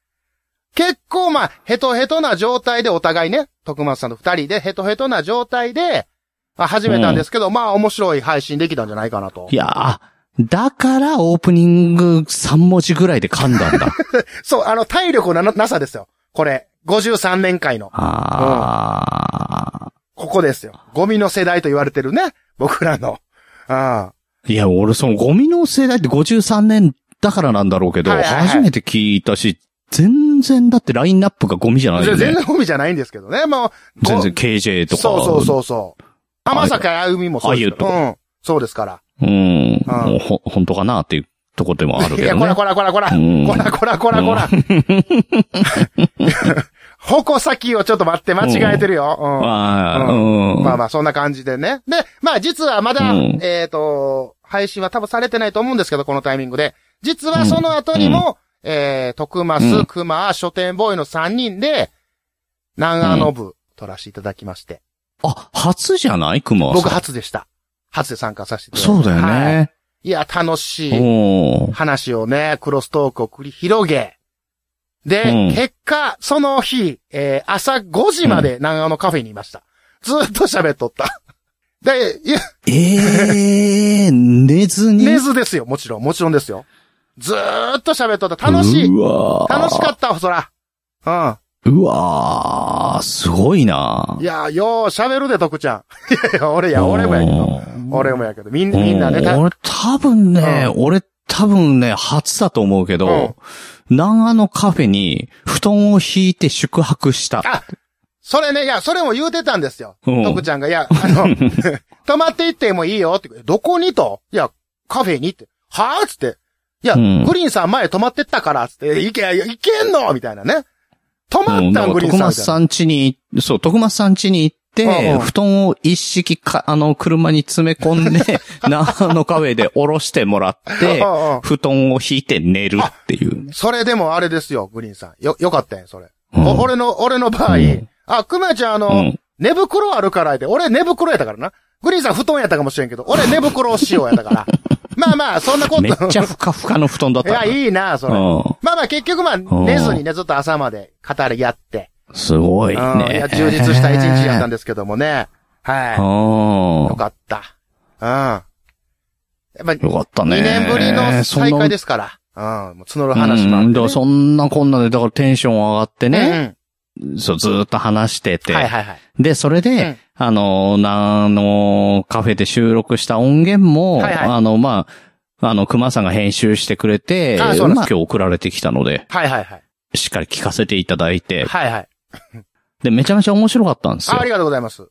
S2: 結構まあ、ヘトヘトな状態でお互いね、徳松さんと2人でヘトヘトな状態で、まあ始めたんですけど、まあ面白い配信できたんじゃないかなと
S1: い。やーだからオープニング3文字ぐらいで噛んだん
S2: [LAUGHS]
S1: だ。
S2: そう、あの体力のななさですよ。これ、53年会の。
S1: ああ。
S2: ここですよ。ゴミの世代と言われてるね。僕らの。あ
S1: いや、俺そのゴミの世代って53年だからなんだろうけど、
S2: はいはいはい
S1: 初めて聞いたし、全然だってラインナップがゴミじゃ
S2: あ。
S1: ないよ
S2: 全然
S1: ね。
S2: ゴミじゃないんですけどね。もう、ご
S1: 全然 KJ とか。
S2: そうそうそうそう。浜坂あゆみもそうですから
S1: あ
S2: うん。そうですから。
S1: う。ん。もうほ、本当かなっていうとこでもある
S2: い
S1: けど
S2: や、こら
S1: ね。
S2: こらこらこら。
S1: うん
S2: こらこらこ
S1: [LAUGHS]
S2: らこら。矛先をちょっと待って、間違えてるよ。うん。
S1: ああ、
S2: う
S1: うん。
S2: まあまあ、そんな感じでね。で、まあ実はまだ、
S1: うん
S2: えっ、と、配信は多分されてないと思うんですけど、このタイミングで。実はその後にも、えー、徳
S1: う
S2: 松、
S1: ん
S2: 熊、書店ボーイの3人で、長野部、撮らせていただきまして。
S1: あ、初じゃない熊はさん
S2: 僕初でした。初で参加させていただいて。
S1: そうだよ
S2: はい。
S1: ね。
S2: いや、楽しい
S1: おー
S2: 話をね、クロストークを繰り広げ、で、
S1: うん
S2: 結果、その日、えー朝5時まで長野カフェにいました。ずーっと喋っとった。で、いや
S1: ええー、寝ずに。
S2: 寝ずですよ、もちろん、もちろんですよ。ずーっと喋っとった。楽しい。
S1: うわー
S2: 楽しかった、そら。う。
S1: うわーすごいなん
S2: いやー、よう喋るで、徳ちゃん。い [LAUGHS] やいや、俺や、俺もやけど。
S1: ど
S2: 俺もやけど。みんな、みんなね、た
S1: 俺多分ね、
S2: う
S1: 俺多分ね、初だと思うけど、長野カフェに布団を敷いて宿泊した。
S2: あ、それね、いや、それも言うてたんですよ。
S1: うん
S2: 徳ちゃんが、いや、あ
S1: [LAUGHS]
S2: の、泊まっていってもいいよって、どこにといや、カフェにって。はぁつって。いや、
S1: うん
S2: グリーンさん前泊まってったから、つって、行け、行けんのみたいなね。泊ま
S1: う
S2: っ
S1: ん、だ
S2: た
S1: か
S2: ん、
S1: ら
S2: グリー
S1: 徳
S2: ンさんみ
S1: 松
S2: たいな。
S1: さん家に、そう、徳松さん家に行って、
S2: うんうん
S1: 布団を一式か、あの、車に詰め込ん
S2: [LAUGHS]
S1: で、長野カフェで降ろしてもらって
S2: う、んうん
S1: 布団を敷いて寝るっていうね。
S2: それでもあれですよ、グリーンさん。よ、よかったよ、それ。
S1: うん
S2: お俺の、俺の場合、
S1: うん
S2: あ、クマちゃん、あの、
S1: うん
S2: 寝袋あるからで、俺寝袋やったからな。グリーンさん布団やったかもしれんけど、俺寝袋仕様やっ
S1: [LAUGHS]
S2: たから。まあまあ、そんなこと。
S1: めっちゃふかふかの布団だっ
S2: い
S1: た
S2: や、
S1: な。
S2: いいな、それ。
S1: うん
S2: まあまあ、結局まあ、寝ずにね、ずっと朝まで語り合って。
S1: すごい
S2: うんい
S1: ね
S2: や、。充実した一日やったんですけどもね。は
S1: うん
S2: い。よかった。うん。やっぱり、
S1: よかったね。。
S2: 2年ぶりの再会ですすから。うん。もう募る話もあってね、
S1: うんだからそんなこんなで、だからテンション上がって
S2: うん
S1: ね、そう、ずーっと話して
S2: う
S1: て。
S2: んはいはいはい。
S1: で、それで、
S2: うん
S1: あの、な、あの、カフェで収録した音源も、
S2: はいはい
S1: あの、まあ、あの、熊さんが編集してくれて、
S2: あ
S1: まあ
S2: そうなんで
S1: 今
S2: す
S1: 日送られてきたので、
S2: はいはいはい。
S1: しっかり聞かせていただいて、
S2: はいはい。
S1: で、めちゃめちゃ面白かったんですよ
S2: ああ。りがとうございます。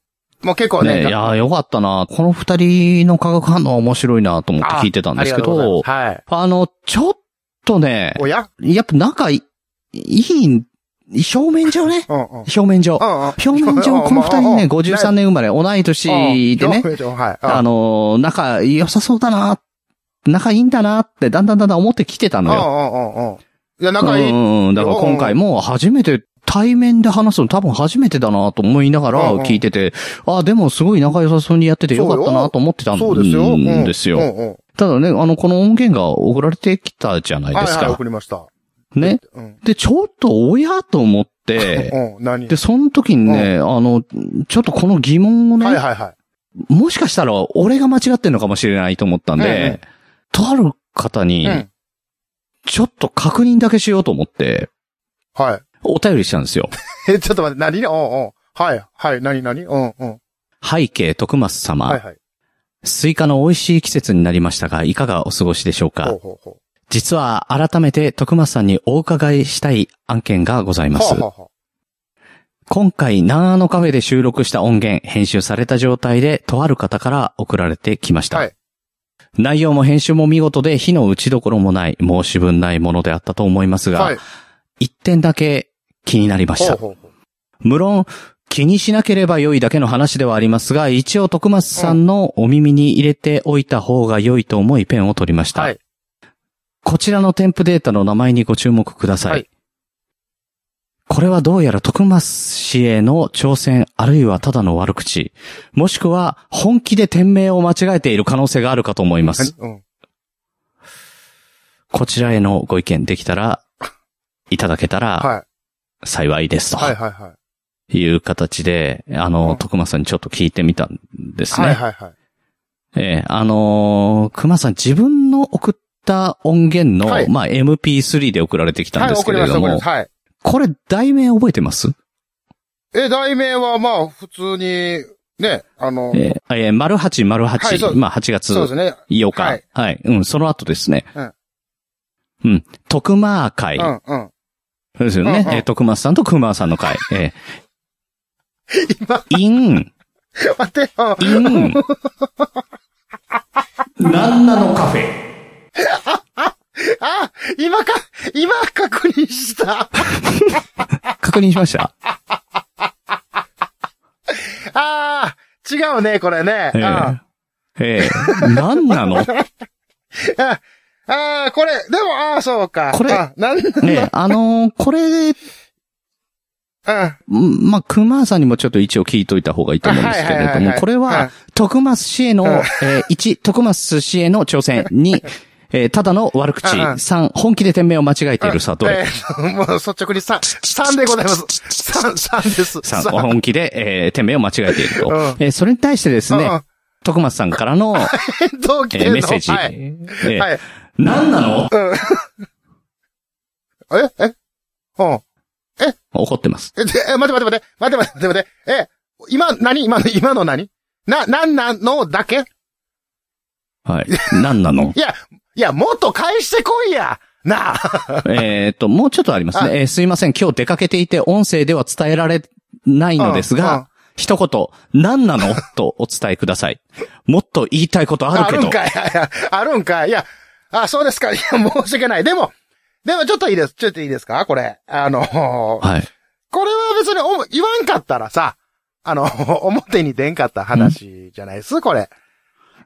S2: もう結構ね、
S1: ねいやーよかったな。この二人の化学反応は面白いなと思って聞いてたんですけ
S2: あありがとう
S1: ど
S2: ご、ざいますはい。
S1: あの、ちょっとね、
S2: おや
S1: やっぱ仲いいん、表面上ね。
S2: うんうん。
S1: 表面上。
S2: うんうん
S1: 表面
S2: [LAUGHS]
S1: 上、この二人ね、53年生まれ、同い年でね、
S2: うんうんはい。うん
S1: あの、仲良さそうだな、仲いいんだなって、だんだんだんだん思ってきてたのよ。
S2: うんうんうんうん。いや、
S1: うん
S2: 仲いい。
S1: うんうん。だから今回も初めて、対面で話すの多分初めてだなと思いながら
S2: うんうん
S1: 聞いてて、あ、でもすごい仲良さそうにやっててよかったなと思ってたん
S2: そうですよ。うん
S1: です
S2: うん
S1: よ。
S2: うん。
S1: ただね、あの、この音源が送られてきたじゃない
S2: はい
S1: です
S2: はい、
S1: か。
S2: 送りました。
S1: ね。
S2: うん。
S1: で、ちょっと親と思って、
S2: [LAUGHS] うん、何
S1: で、その時にね、あの、ちょっとこの疑問をね、
S2: はいはいはい。
S1: もしかしたら俺が間違ってんのかもしれないと思ったんで、
S2: うんうん
S1: とある方に
S2: う、ん。
S1: ちょっと確認だけしようと思って、
S2: はい。
S1: お便りしたんですよ。
S2: え、ちょっと待って、何うんうん。はい、はい、何何うんうん。
S1: 背景徳松様、
S2: はいはい。
S1: スイカの美味しい季節になりましたが、いかがお過ごしでしょう
S2: ほ
S1: か
S2: うほうほ。
S1: 実は改めて徳松さんにお伺いしたい案件がございうま
S2: は
S1: す
S2: あ。はあは
S1: 今回、南アのカフェで収録した音源、編集された状態で、とある方から送られてきました。
S2: はい
S1: 内容も編集も見事で、火の打ちどころもない、申し分ないものであったと思います
S2: あ
S1: が、
S2: はい。
S1: 一点だけ気になりまし
S2: ほう
S1: た。
S2: ほうほう。
S1: 無論、気にしなければ良いだけの話ではありますが、一応徳松さんのお耳に入れておいた方が良いと思いペンを取りました。
S2: はい
S1: こちらの添付データの名前にご注目ください。
S2: はい
S1: これはどうやら徳松氏への挑戦、あるいはただの悪口、もしくは本気で店名を間違えている可能性があるかと思います。
S2: 何うん。
S1: こちらへのご意見できたら、いただけたら
S2: は
S1: 幸いです
S2: い。
S1: と。
S2: はいはいはい。
S1: いう形で、あ
S2: う
S1: の、
S2: ん
S1: 徳間さんにちょっと聞いてみたんですね。
S2: はいはいはい。
S1: ええあのー熊さん自分の送った音源の、
S2: はい
S1: まあ、MP3 で送られてきたん
S2: はい、
S1: ですけ
S2: 送り
S1: れ
S2: まし
S1: ど
S2: た、送
S1: も、
S2: りました。はい。
S1: これ題名覚えてます
S2: え、題名はまあ、普通に、ね、あの、
S1: えーえー、丸八丸八
S2: はいそうです
S1: まあ、8月
S2: そうで
S1: 8
S2: すね。
S1: 日。
S2: は
S1: はいい、うん、その後ですね。
S2: うん。
S1: うん。徳間会。
S2: うんうん。 [LAUGHS]
S1: そうですよね。
S2: うんうん
S1: えー徳間さんと熊さんの会。え
S2: 今、
S1: ー、イン。
S2: 待って、うん。 [LAUGHS]
S1: うん。なんなのカフェ。
S2: あ今か、今確認した。
S1: 確認しました
S2: ああ、違うね、これね。
S1: ええ
S2: あ
S1: ええ。なんなのね
S2: ーああー、これ、でも、ああ、そうか。
S1: これ
S2: あなん、うん。
S1: え、 [LAUGHS] あのーこれ、んまあ、熊さんにもちょっと一応聞いといた方がいいと思うんですけ
S2: はい
S1: れ
S2: は
S1: ど
S2: いはいは
S1: も
S2: い、
S1: これ
S2: はい
S1: は、徳松氏への、
S2: うん
S1: えー、1、徳松氏への挑戦、2、えー
S2: [LAUGHS]
S1: ただの悪口、
S2: うんうん
S1: 3、本気で店名を間違えている、さあ、ど
S2: え
S1: れ
S2: ー [LAUGHS] もう率直に3、3でございます。3、三です。
S1: ?3、本気で、えー店名を間違えていると。
S2: うん
S1: えーそれに対してですね、
S2: うんうん
S1: 徳松さんからの、
S2: えどう来
S1: え
S2: て
S1: ー
S2: んの
S1: メッセージ、
S2: はい。
S1: えー
S2: はい。
S1: なんなの
S2: ええうん。
S1: 怒ってます。
S2: え、でえ、待って待って待って、待って待って待って、え、今、何今の、今の何な、なんなのだけ
S1: はい。なんなの
S2: いや、いや、もっと返してこいやなあ
S1: えーっと、もうちょっとあります
S2: は
S1: ね。えーすいません、今日出かけていて音声では伝えられないのです
S2: うんうん
S1: が、一言、何なのとお伝えくだ
S2: [LAUGHS]
S1: さい。もっと言いたいことあるけ
S2: ん
S1: ど。
S2: かいいやいやあるんかいいや、あ、そうですかいや、申し訳ない。でも、でもちょっといいです。ちょっといいですかこれ。あの、こ
S1: はい。
S2: れは別におも言わんかったらさ、あの、表に出んかった話じゃないですこれ。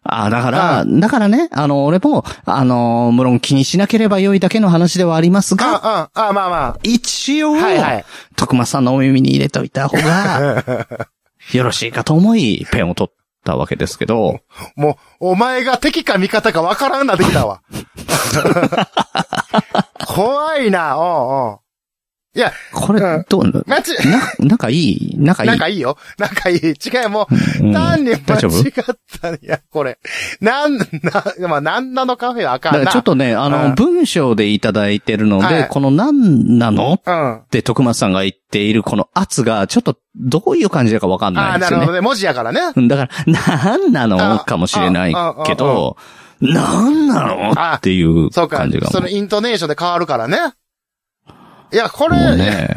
S1: あーだから、だからね、あの、俺も、あのー、無論気にしなければ良いだけの話ではありますが、
S2: あ、うん、あ、まあま
S1: 一応、
S2: あ。はいはい。
S1: 徳間さんのお耳に入れといた方が、
S2: [LAUGHS]
S1: よろしいかと思い、ペンを取ったわけですけど、
S2: もう、お前が敵か味方かわからんなってき
S1: [LAUGHS]
S2: たわ。怖いな、おうおういや、
S1: これ
S2: うん、
S1: どう、な、
S2: まち、
S1: 仲いい仲いい
S2: 仲いいよ。仲いい。違いも
S1: う
S2: う、
S1: ん
S2: 単に間
S1: 大丈夫
S2: 違ったね。いや、これ。なん、な、まあ、なんなのカフェはあ
S1: だ
S2: か
S1: か
S2: ん
S1: ら
S2: な。
S1: ちょっとね、あ
S2: うん
S1: の、文章でいただいてるの
S2: は
S1: で
S2: い、
S1: この何なのっ
S2: うん。あ
S1: て徳松さんが言っているこの圧が、ちょっとどういう感じだかわかんない
S2: あー、
S1: んで
S2: な
S1: す
S2: る
S1: よ
S2: ほど
S1: ね。
S2: ね。文字やからね。
S1: うんだから、何な
S2: あ
S1: のかもしれない
S2: ああ
S1: けど、何なの
S2: あ
S1: っていう
S2: そうか
S1: 感じ。が。
S2: そのイントネーションで変わるからね。いや、これ、
S1: もうね。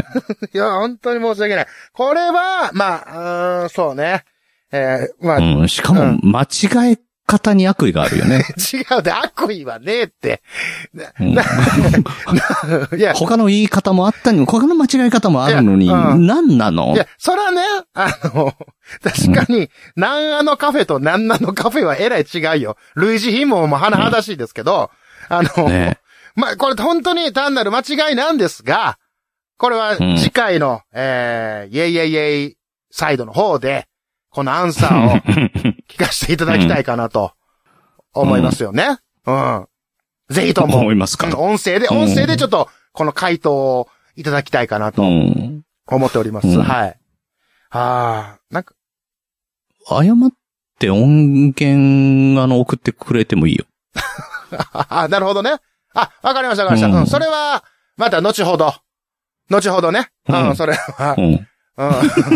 S2: いや、本当に申し訳ない。これは、まあ、うーん、そうね。えーまあ、違
S1: うん。しかも、間違え方に悪意があるよね。
S2: うで、悪意はねえって。
S1: うん
S2: いや、
S1: 他の言い方もあったにも、他の間違え方もあるのに、
S2: いやうん
S1: 何なの
S2: いや、そらね、あの、確かに、なんあのカフェとなんなのカフェはえらい違いよ。類似品ももはだしいですけど、あの、
S1: ね
S2: まあ、これ本当に単なる間違いなんですが、これは
S1: ん
S2: 次回の、えー、イェイイェイイェイサイドの方で、このアンサーを聞かせていただきたいかなと、思いますよね。うん。ぜひとも、
S1: 思いますか
S2: うん音声で、
S1: うん
S2: 音声でちょっと、この回答をいただきたいかな
S1: う
S2: と
S1: ん。
S2: 思っております。
S1: うん
S2: はい。ああ、なんか、
S1: 誤って音源、あの、送ってくれてもいいよ。
S2: ああ、なるほどね。あ、わかりました、わかりました。
S1: うん
S2: うん、それは、また後ほど。後ほどね。うん、
S1: うん
S2: それは
S1: う、ん。 [LAUGHS]
S2: うん。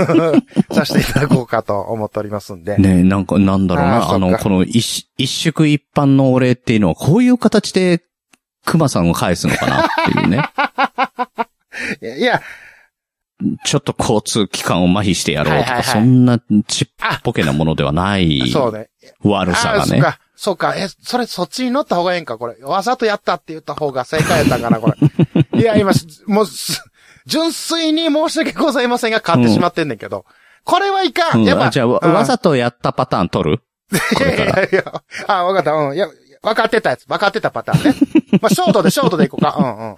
S2: [LAUGHS] させていただこうかと思っておりますんで。
S1: ねえ、なんか、なんだろう
S2: あー
S1: な。あ
S2: そっ
S1: の、
S2: か
S1: この一、一宿一般のお礼っていうのは、こういう形で、熊さんを返すのかなっていう
S2: [LAUGHS]
S1: ね。
S2: いや、
S1: ちょっと交通機関を麻痺してやろうと
S2: はいはいはい
S1: か、そんなちっぽけなものではない
S2: そうね。
S1: 悪さ
S2: ああ、
S1: が
S2: そっ
S1: ね。
S2: か。そうか。え、それ、そっちに乗った方がええんか、これ。わざとやったって言った方が正解やったんかな、こ
S1: [LAUGHS]
S2: れ。いや、今、すもう、す純粋に申し訳ございませんが、買ってしまってんねんけど。これはいか。
S1: うんん
S2: やっぱ、
S1: あじゃあ、わ
S2: うん
S1: わざとやったパターン取る [LAUGHS] これ
S2: いや
S1: から。
S2: [LAUGHS] いやいや。あ、わかった。うん。いや、わかってたやつ。わかってたパタ
S1: [LAUGHS]
S2: ーンね。まあ、ショートで、ショートでいこうか。うんうん。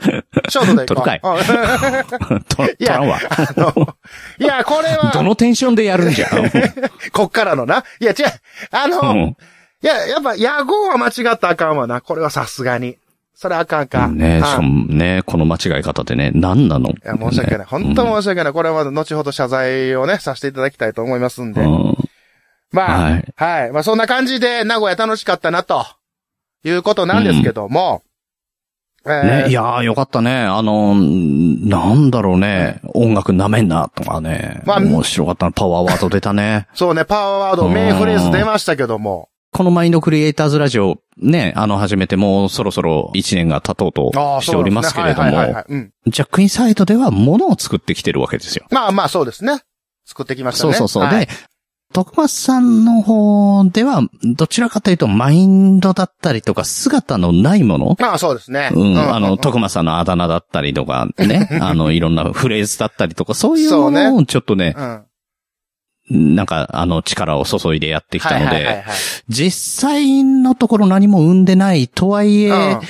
S2: ショートでいこう。
S1: 取る
S2: うん
S1: 取
S2: い
S1: 取
S2: や
S1: らんわ。
S2: あのいや、これ
S1: ど
S2: は、
S1: のテンションでやるんじゃ。
S2: こっからのな。いや、違う。あ
S1: う
S2: の、 [LAUGHS]
S1: ん
S2: いや、やっぱ、野号は間違ったらあかんわな。これはさすがに。それあかんか。
S1: ねえ、
S2: はい
S1: しかもね、この間違い方でね、何なのい
S2: いや、申し訳ない。本当申し訳ない。これはまだ後ほど謝罪をね、させていただきたいと思いますんで。まあ、
S1: は
S2: はいい、まあ、そんな感じで、名古屋楽しかったな、ということなんですけども。えー
S1: ね、いやーよかったね。あの、んなんだろうね。音楽舐めんな、とかね。
S2: まあ。
S1: 面白かったな。パワーワード出たね [LAUGHS]
S2: そうね、パワーワード、
S1: うん
S2: 名フレーズ出ましたけども。
S1: このマインドクリエイターズラジオ、ね、あの、始めてもうそろそろ1年が経とう
S2: あ
S1: と
S2: あ、
S1: して
S2: そう
S1: お
S2: で
S1: り
S2: すね
S1: ますけれど
S2: はいはいはい
S1: も
S2: は、いうん
S1: ジャックインサイドでは物を作ってきてるわけですよ。
S2: まあまあ、そうですね。作ってきました
S1: そ
S2: ね。
S1: うそうそう。
S2: はい
S1: で、徳松さんの方では、どちらかというと、マインドだったりとか、姿のないもの
S2: まあ、そうですね。
S1: うん、あ
S2: う
S1: の、
S2: ん
S1: 徳間さんのあだ名だったりとか、
S2: [LAUGHS]
S1: ね、あの、いろんなフレーズだったりとか、そういうも
S2: そう
S1: のをちょっとね、
S2: うん。
S1: なんか、あの、力を注いでやってきたの
S2: はいはいはい
S1: で、
S2: はい
S1: 実際のところ何も生んでないとはいえ、
S2: うん
S1: あ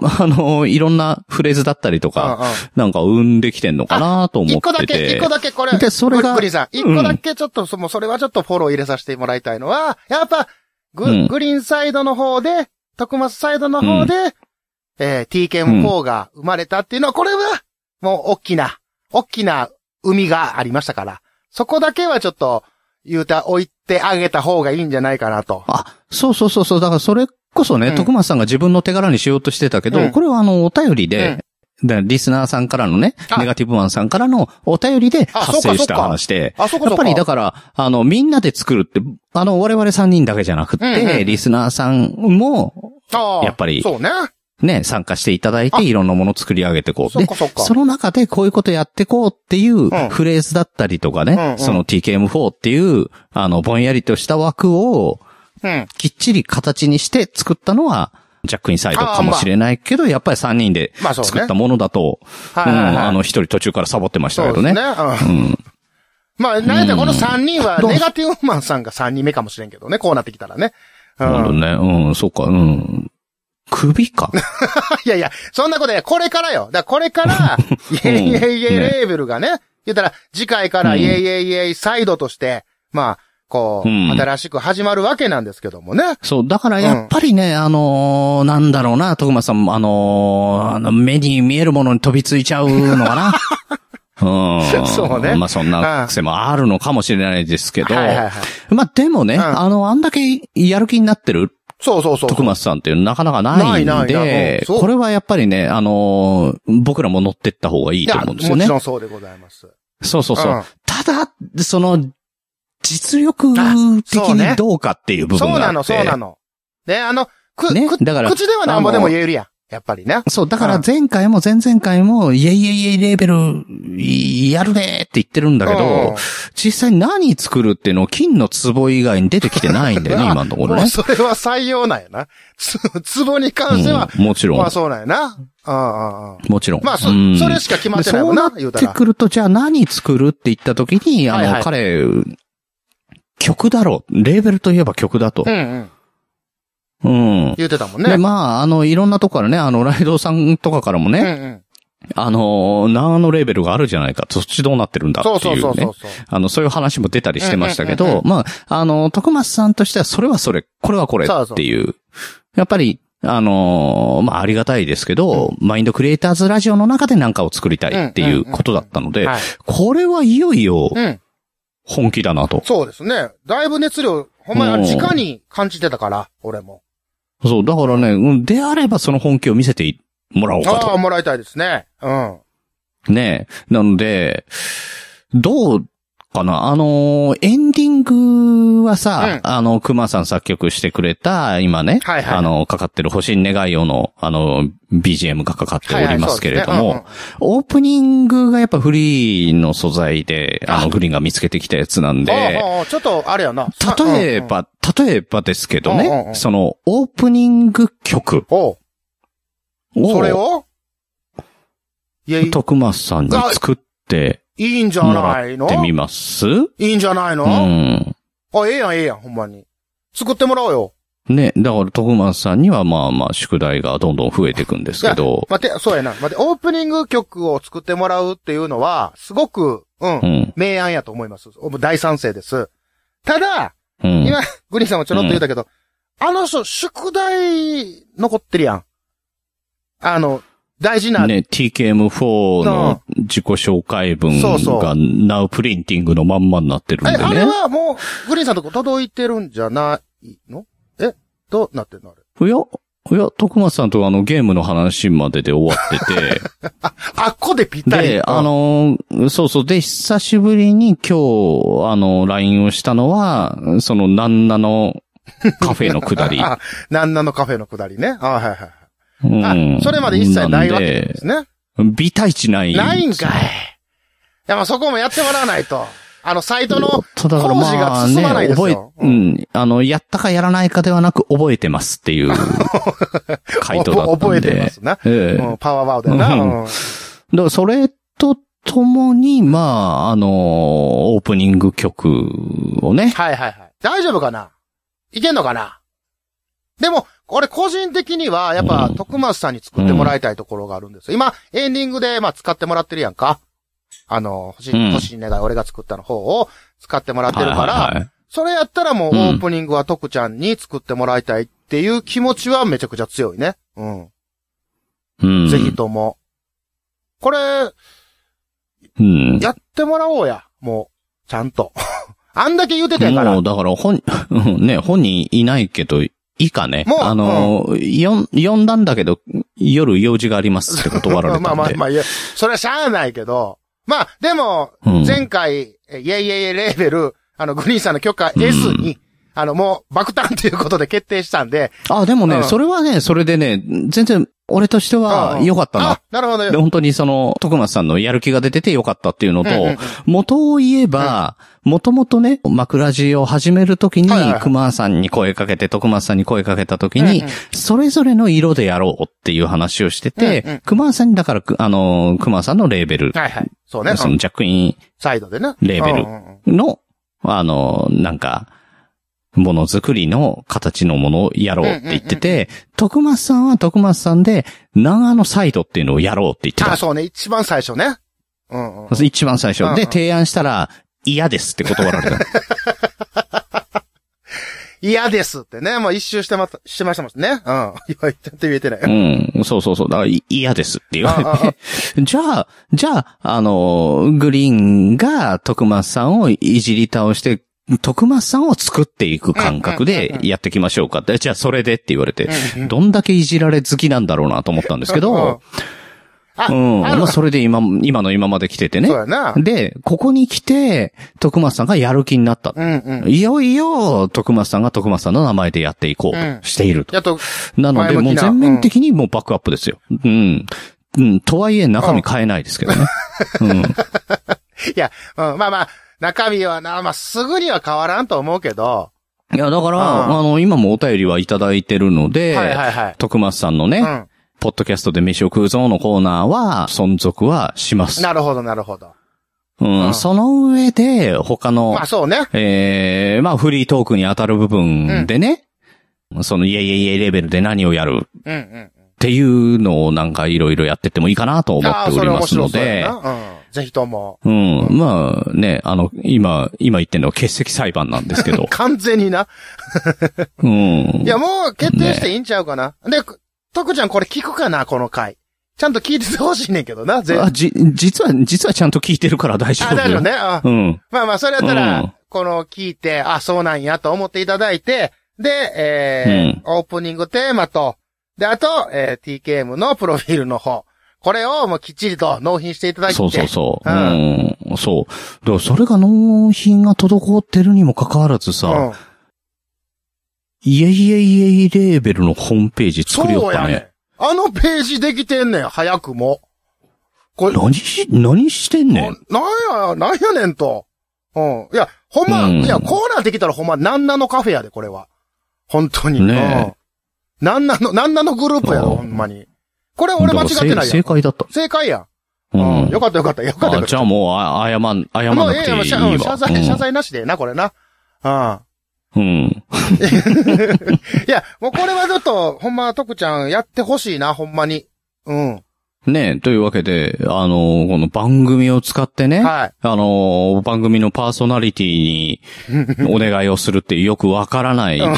S1: の、いろんなフレーズだったりとか、
S2: うんうん
S1: なんか生んできてんのかなと思
S2: 一個
S1: っ
S2: だ
S1: て
S2: け、一
S1: て
S2: 個、だけこれ。
S1: でそれが
S2: グリーンさん、一個だけちょっと、そもうそれはちょっとフォロー入れさせてもらいたいのは、やっぱ、グ、
S1: うん
S2: グリーンサイドの方で、徳松サイドの方で、えー、TKM4 が生まれたっていうのは、これは、もう大きな、大きな海がありましたから、そこだけはちょっと、言うた、置いてあげた方がいいんじゃないかなと。
S1: あ、そうそうそうそう、だからそれこそね、
S2: うん
S1: 徳松さんが自分の手柄にしようとしてたけど、
S2: うん
S1: これはあの、お便りで、でリスナーさんからのね
S2: あ、
S1: ネガティブマンさんからのお便りで
S2: あ
S1: 発
S2: そう
S1: 生
S2: かそう
S1: し
S2: か
S1: た話で、
S2: あ、そこ
S1: や
S2: そ
S1: っ
S2: こ。
S1: ぱりだから、あの、みんなで作るって、あの、我々3人だけじゃなくって、
S2: うんうん
S1: リスナーさんも、
S2: あー
S1: やっぱり
S2: そうね。
S1: ね、参加していただい
S2: あ
S1: て、いろんなものを作り上げていこう。
S2: そっ
S1: で
S2: か、そっか。
S1: その中でこういうことやってこうっていうフレーズだったりとかね、
S2: うんうん
S1: その TKM4 っていう、あの、ぼんやりとした枠を、
S2: うん。
S1: きっちり形にして作ったのは、ジャックインサイドかもしれないけど、やっぱり3人で
S2: まあそうね
S1: 作ったものだと、
S2: はいはいはい
S1: うんあの、1人途中からサボってました
S2: そ
S1: け
S2: うで
S1: ど
S2: す
S1: ね。
S2: ね。うん。まあ、なんやったらこの3人は、ネガティブマンさんが3人目かもしれんけどね、こうなってきたらね。う
S1: なるほど
S2: ん。 [LAUGHS]
S1: ね。うん、そうか、うん。首か。
S2: いやいや、そんなことや、これからよ。だからこ
S1: [LAUGHS]
S2: れから、イェイイェイイェイレーベルがね、言ったら、次回から
S1: うん
S2: イェイイェイイェイサイドとして、まあ、こう、
S1: うん
S2: 新しく始まるわけなんですけどもね。
S1: そう、だからやっぱりね、あのーなんだろうな、徳間さんも、あのーあの目に見えるものに飛びついちゃうのかな。
S2: [LAUGHS]
S1: うん。
S2: そうね
S1: まあそんな癖もあるのかもしれないですけど、
S2: はいはいはい。
S1: まあでもね、
S2: うん
S1: あの、あんだけやる気になってる
S2: そうそうそう。
S1: 徳松さんっていうのなかなかないんで、
S2: ないないないうんそう
S1: これはやっぱりね、あのー僕らも乗ってった方がいい
S2: い
S1: と
S2: や、
S1: 思うん
S2: も
S1: ですよね
S2: ちろ。んそうでございます。
S1: そうそうそう。
S2: うん
S1: ただ、その、実力的
S2: あそうね
S1: にどうかっていう部
S2: そ
S1: 分
S2: う
S1: があっ
S2: なの、
S1: て。
S2: そうなの。ね、あの、く、
S1: ね
S2: く
S1: だから
S2: 口ではなんぼでも言えるやん。やっぱりね。
S1: そう、だか
S2: う
S1: ら
S2: ん
S1: 前回も前々回も、イエイエイエイレーベル、やるねーって言ってるんだけ
S2: うん
S1: ど、実際何作るっていうのを金の壺以外に出てきてないんだよね、
S2: まあ
S1: 今のところね
S2: もう。それは採用なんやな。つ、 [LAUGHS] ツボに関しては、
S1: うんもちろ
S2: まあ
S1: ん。
S2: そうなんやな。うんうんうん。
S1: もちろん。
S2: まあ、そ、
S1: うん
S2: それしか決まっ
S1: で
S2: てない
S1: そ
S2: も
S1: うんな
S2: な
S1: っ、
S2: 言うた
S1: て
S2: ら。
S1: くると、じゃあ何作るって言った時に、あの、
S2: はいはい
S1: 彼、曲だろう。レーベルといえば曲だと
S2: う。んうん。
S1: うん。
S2: 言うてたもんね。
S1: で、まあ、あの、いろんなとこからね、あの、ライドウさんとかからも
S2: うんう
S1: ね、
S2: ん。
S1: あの、何のレーベルがあるじゃないか、そっちどうなってるんだ
S2: そう
S1: って
S2: そ
S1: いうう
S2: そうそ
S1: ね
S2: う。。そう
S1: あの、そういう話も出たりしてましたけ
S2: うんうんうん
S1: ど、まあ、あの、徳松さんとしては、それはそれ、これはこれ
S2: そうそ
S1: っ
S2: う
S1: ていう。やっぱり、あのまあ、ありがたいですけど、マインドクリエイターズラジオの中で何かを作りたいっていうことだったので、
S2: はい。
S1: これはいよいよ、
S2: うん。
S1: 本気だなと。
S2: そうですね。だいぶ熱量、ほんま
S1: うん
S2: に直に感じてたから、俺も。
S1: そう、だからね、うん、であればその本気を見せてもらおうか
S2: ああ、もらいたいですね。うん。
S1: と。ねえなので、どうかなあのーエンディングはさ、あの、熊さん作曲してくれた、今ね、
S2: はいはい
S1: あの、かかってる星に願いをの、あの、BGM がかかってお
S2: はいはい
S1: りますけれども、
S2: そうですね
S1: オープニングがやっぱフリーの素材で、あ
S2: あ
S1: の、グリーンが見つけてきたやつなん
S2: うんうん
S1: で、
S2: ああああちょっと、あれやな。
S1: 例え
S2: うんうん。
S1: ば、例えばですけど
S2: うんうんう
S1: ね、
S2: ん
S1: その、オープニング曲
S2: おう
S1: を、
S2: それをいや、い
S1: 徳松さんに作って
S2: いいんじゃ
S1: も
S2: な
S1: ら
S2: い
S1: っ
S2: の
S1: てみます
S2: いいんじゃないうの、
S1: ん。
S2: あ、ええやん、ええやん、ほんまに。作ってもらおうよ。
S1: ね、だから徳松さんにはまあまあ宿題がどんどん増えていくんですけど、
S2: 待って、そうやな。待って、オープニング曲を作ってもらうっていうのは、すごく、うん
S1: う、ん。
S2: 明暗やと思います。僕大賛成です。ただ、
S1: うん。
S2: 今、グリーンさんもちょろっと言ったけど、あの人、宿題、残ってるやん。あの、大事な、
S1: ね、TKM4 の自己紹介文
S2: そうそう
S1: が Now プリンティングのまんまになってるん
S2: え、
S1: で
S2: あれ
S1: ね。
S2: はもう、グリーンさんとこ届いてるんじゃないのえ、どうなってんのあれ。
S1: いや、いや、徳松さんとはあのゲームの話までで終わってて、
S2: あっこでぴったり。
S1: で、あ、のー、そうそう、で、久しぶりに今日、あの、LINE をしたのは、その、なんな
S2: [LAUGHS]
S1: のカフェのくだり。
S2: あ、なんなのカフェのくだりね。あはいはいはい。
S1: うん
S2: あ、それまで一切ないわけで
S1: です
S2: ね。
S1: 微対値ない。
S2: ないんかい。いや、まあ、そこもやってもらわな
S1: [LAUGHS]
S2: いと。あの、サイトの、
S1: ただからまあ
S2: 工事が進まな
S1: ね、
S2: いです
S1: 覚え
S2: よ、
S1: う、
S2: うん
S1: あの、やったかやらないかではなく、覚えてますって
S2: [LAUGHS]
S1: いう回答だったんで。
S2: 覚えてますな。
S1: ええ
S2: うん、パワーワードやな。
S1: う
S2: うんん。
S1: だからそれとともに、まあ、あのー、オープニング曲をね、
S2: はいはいはい。大丈夫かないけんのかなでも、俺個人的には、やっぱ
S1: う、ん
S2: 徳松さんに作ってもらいたいところがあるんですよ。今、エンディングで、まあ、使ってもらってるやんか。あの、星、
S1: うん
S2: 星に願い、俺が作ったの方を使ってもらってるから、
S1: はいはいはい
S2: それやったらもうオ
S1: うん
S2: ープニングは徳ちゃんに作ってもらいたいっていう気持ちはめちゃくちゃ強いね。うん。
S1: うん、
S2: ぜひとも。これ、
S1: うん。
S2: やってもらおうや。もう、ちゃんと。 [LAUGHS] あんだけ言うてたんやから。
S1: もう、だから、本、 [LAUGHS] うんね、本人いないけど、いいかね。
S2: もう
S1: あのー、呼ん、呼んだんだけど、夜用事がありますって断られたんで。
S2: まあまあまあ、いや、それはしゃあないけど。まあ、でも、
S1: うん
S2: 前回、えイェイイェイイェイレーベル、あの、グリーンさんの許可 S に、あの、もう爆誕ということで決定したんで。
S1: あ、でもね、
S2: うん
S1: それはね、それでね、全然、俺としては良かったな
S2: あ。、なるほど
S1: [LAUGHS] で、。本当にその、徳松さんのやる気が出てて良かったっていうのと、
S2: うんうんうん
S1: 元を言えば、もともとね、枕地を始めるときに
S2: はいはいはい、
S1: 熊さんに声かけて、徳松さんに声かけたときに、
S2: うんうん
S1: それぞれの色でやろうっていう話をしてて、
S2: うんうん
S1: 熊さんにだから、くあの、熊さんのレーベル、
S2: はいはい。そうね。う
S1: その
S2: ん
S1: ジャックイ
S2: サイドでね。
S1: レーベル
S2: うんうんうん
S1: ンの、あの、なんか、ものづくりの形のものをやろうって言ってて、徳松さんは徳松さんで、長野サイドっていうのをやろうって言ってた
S2: あ、そうね。一番最初ね。うんうん。
S1: 一番最
S2: うんうん
S1: 初。で、提案したら、嫌ですって断られ
S2: [LAUGHS]
S1: た。
S2: 嫌ですってね。もう一周してまた、してましたもんね。うん。い [LAUGHS] や、言って言えてない。
S1: うん。そうそうそう。だから、い嫌ですって言
S2: あ
S1: わ
S2: あ
S1: れて。 [LAUGHS] じゃあ、じゃあ、あの、グリーンが徳松さんをいじり倒して、徳松さんを作っていく感覚
S2: うんうんう
S1: で
S2: んう
S1: やっていきましょうか。でじゃあ、それでって言われて
S2: うんうん、
S1: どんだけいじられ好きなんだろうなと思ったんですけ
S2: うんうん
S1: ど、う
S2: あ、
S1: ん。
S2: ある
S1: まあ、それで今、今の今まで来ててね
S2: そう。やな。
S1: で、ここに来て、徳松さんがやる気になった。
S2: うんうん。
S1: いよいよ、徳松さんが徳松さんの名前でやっていこ
S2: うん
S1: うとしていると。
S2: やっと、
S1: なので、
S2: 前向
S1: も
S2: き
S1: う
S2: な
S1: 全面的にもうバックアップですよ。うん。うん。とはいえ、中身変えないですけど
S2: [LAUGHS]
S1: ね。
S2: いや、うん、まあまあ、中身はな、まあ、すぐには変わらんと思うけど、
S1: いや、だから、
S2: うん
S1: あの、今もお便りはいただいてるので、
S2: はいはいはい。
S1: 徳松さんのね、
S2: うん。
S1: ポッドキャストで飯を食うぞのコーナーは、存続はします。
S2: なるほど、なるほど。
S1: う。
S2: うんん
S1: その上で、他の、
S2: まあそうね。
S1: ええまあ、フリートークに当たる部分でね、その、イエイエイエイレベルで何をやるっ
S2: うんうん。
S1: ていうのをなんかいろいろやってってもいいかなと思っ
S2: ああ、
S1: てお
S2: そ
S1: り
S2: れ
S1: ま
S2: 面
S1: す
S2: 白
S1: の
S2: そう
S1: で
S2: や、な。うん。ぜひとも。、
S1: うん、まあね、あの、今、今言ってるのは欠席裁判なんですけど
S2: 完全にな。
S1: うん。
S2: [LAUGHS] いや、もう決定していいんちゃうかな。で、徳ちゃんこれ聞くかな、この回。ちゃんと聞いててほしいねんけどな、全
S1: あ、じ、実は、実はちゃんと聞いてるから大丈
S2: あ、
S1: 夫
S2: だ
S1: よ。
S2: よね。あ
S1: うん。
S2: まあまあ、それやったら、
S1: うん
S2: この聞いて、あ、そうなんやと思っていただいて、で、えーオープニングテーマと、で、あと、えー TKM のプロフィールの方。これをもうきっちりと納品していただいて。
S1: そうそうそう。う。
S2: うん
S1: そう。だからそれが納品が滞ってるにもかかわらずさ、
S2: うん
S1: イエイエイエイレーベルのホームページ作りよ
S2: そ
S1: っ
S2: う
S1: た
S2: や
S1: ね。
S2: ねん。あのページできてんねん、早くも。これ、
S1: 何し、何してんねん。
S2: なんや、なんやねんと。うん。いや、ほんま、
S1: うん
S2: いや、コーナーできたらほんま、なんなのカフェやで、これは。本当に。
S1: ね
S2: うん。なんなの、なんなのグループやろ、
S1: うん
S2: ほんまに。これ俺間違ってな
S1: 正
S2: いや
S1: 正
S2: ん。
S1: 解だった。
S2: 正解や。
S1: うん。
S2: うんん。よかったよかった、よかった
S1: あ
S2: よかっ
S1: じゃあもう、あ、謝ん、謝
S2: た。
S1: んなく
S2: ええ
S1: ていい
S2: 謝
S1: わ。
S2: うん謝罪、謝罪なしでな、これな。う
S1: うん。う
S2: ん。
S1: ん。
S2: いや、もうこれはちょっと、ほんま、徳ちゃんやってほしいな、ほんまに。うん。
S1: ねというわけで、あの、この番組を使ってね、
S2: はい。
S1: あの、番組のパーソナリティにお願いをするっていうよくわからない、
S2: 直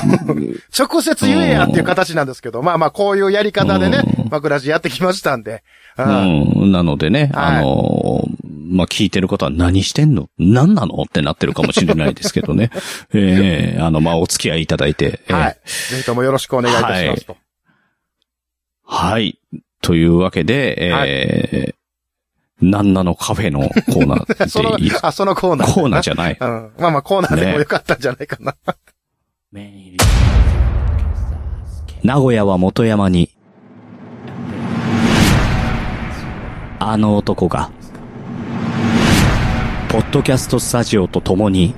S2: 接言えやっていう形なんですけど、まあまあ、こういうやり方でね
S1: うん、
S2: 枕地やってきましたんで。う。
S1: うんん、なのでね、
S2: はい
S1: あの、まあ、聞いてる方は何してんの何なのってなってるかもしれないですけど
S2: [LAUGHS]
S1: ね。ええあの、まあ、お付き合いいただいて。ええ
S2: はい。ぜひともよろしくお願いいたしますと。
S1: はい。というわけで、
S2: は
S1: えー、なんなのカフェのコーナ
S2: その
S1: ーでいい、
S2: [LAUGHS] あ、そのコーナー。
S1: コーナーじゃない。
S2: うん。まあまあ、コーナーでもよかったんじゃないかな。
S1: 名古屋は元山に、あの男が、ポッドキャストスタジオと共に、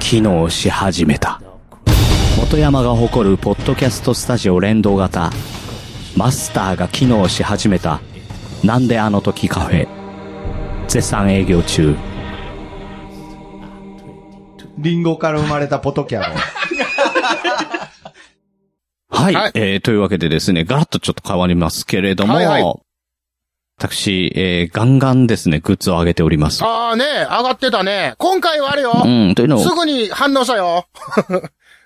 S1: 機能し始めた。元山が誇るポッドキャストスタジオ連動型、マスターが機能し始めた、なんであの時カフェ、絶賛営業中。
S3: リンゴから生まれたポトキャロ。
S1: はい。
S2: はい
S1: えーというわけでですね、ガラッとちょっと変わりますけれども、
S2: はいはい
S1: 私、えーガンガンですね、グッズを上げております。
S2: ああね、上がってたね。今回はあれよ。
S1: うん、というのを
S2: す、ぐに反応したよ。 [LAUGHS]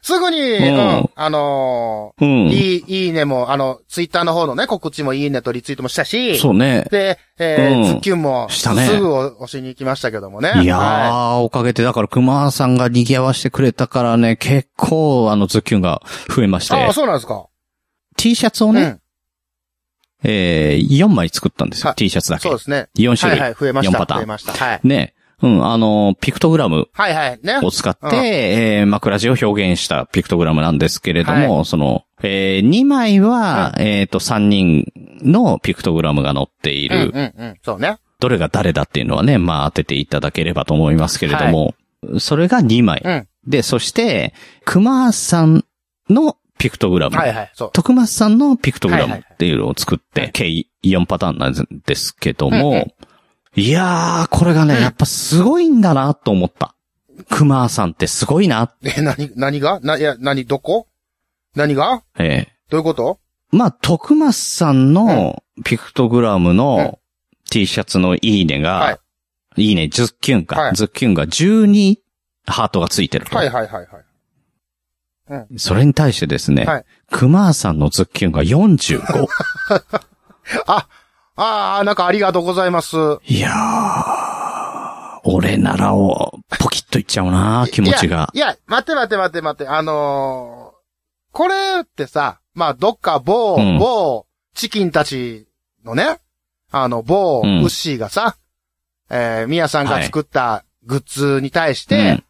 S2: すぐに、うんん。あの
S1: う
S2: ー、
S1: ん。
S2: いい、いいねも、あの、ツイッターの方のね、告知もいいねとリツイートもしたし。
S1: そうね。
S2: で、え
S1: うん
S2: ー、ズッキュンも、
S1: したね
S2: すぐ押しに行きましたけどもね。
S1: いやー、
S2: は
S1: おかげで、だから、熊さんが賑わしてくれたからね、結構、あの、ズッキュンが増えまし
S2: い。あ
S1: て
S2: あ、、そうなんですか。
S1: T シャツを
S2: う
S1: ね、
S2: ん。
S1: えー、4枚作ったんですよ、
S2: はい
S1: T シャツだけ
S2: そう。ですね。
S1: 4種
S2: はい
S1: 類。
S2: はい、増えまし
S1: 四パ
S2: た。
S1: ターン
S2: 増えました。はい。
S1: ね。うん、あの、ピクトグラム
S2: はいはい、ね。
S1: [LAUGHS] を使って、
S2: うん
S1: えー、枕地を表現したピクトグラムなんですけれども、その、えー、2枚は、えっ、と、3人のピクトグラムが載っている、
S2: うんうんうん。そうね。
S1: どれが誰だっていうのはね、まあ当てていただければと思いますけれども、それが2枚。
S2: うん
S1: で、そして、熊さんのピクトグラム。
S2: はいはい、そう。 [LAUGHS]
S1: 徳松さんのピクトグラ
S2: はい
S1: ム
S2: はい
S1: っ
S2: はい
S1: ていうのを作って、
S2: はい
S1: 計4パターンなんですけども、
S2: うんう
S1: いやー、これがね、やっぱすごいんだなと思った。熊さんってすごいな、
S2: え、何、何がな、いや、何、どこ何が
S1: ええ
S2: どういうこと
S1: まあ、徳松さんのピクトグラムの T シャツのいいねが、、
S2: はい
S1: いね、ズッキュンか、
S2: はい
S1: ズッキュンが12ハートがついてると。
S2: はいはいはいはい。
S1: それに対してですね、
S2: はい
S1: 熊さんのズッキュンが45。
S2: あ、ああ、なんかありがとうございます。
S1: いやー、俺ならをポキッといっちゃうな気持ちが。
S2: いや、いや待って待って待って待って、あのー、これってさ、まあ、どっか某、
S1: うん
S2: 某、チキンたちのね、あの、某、ウ
S1: うん
S2: ッシーがさ、えー、ミヤさんが作ったグッズに対し
S1: う
S2: て
S1: ん、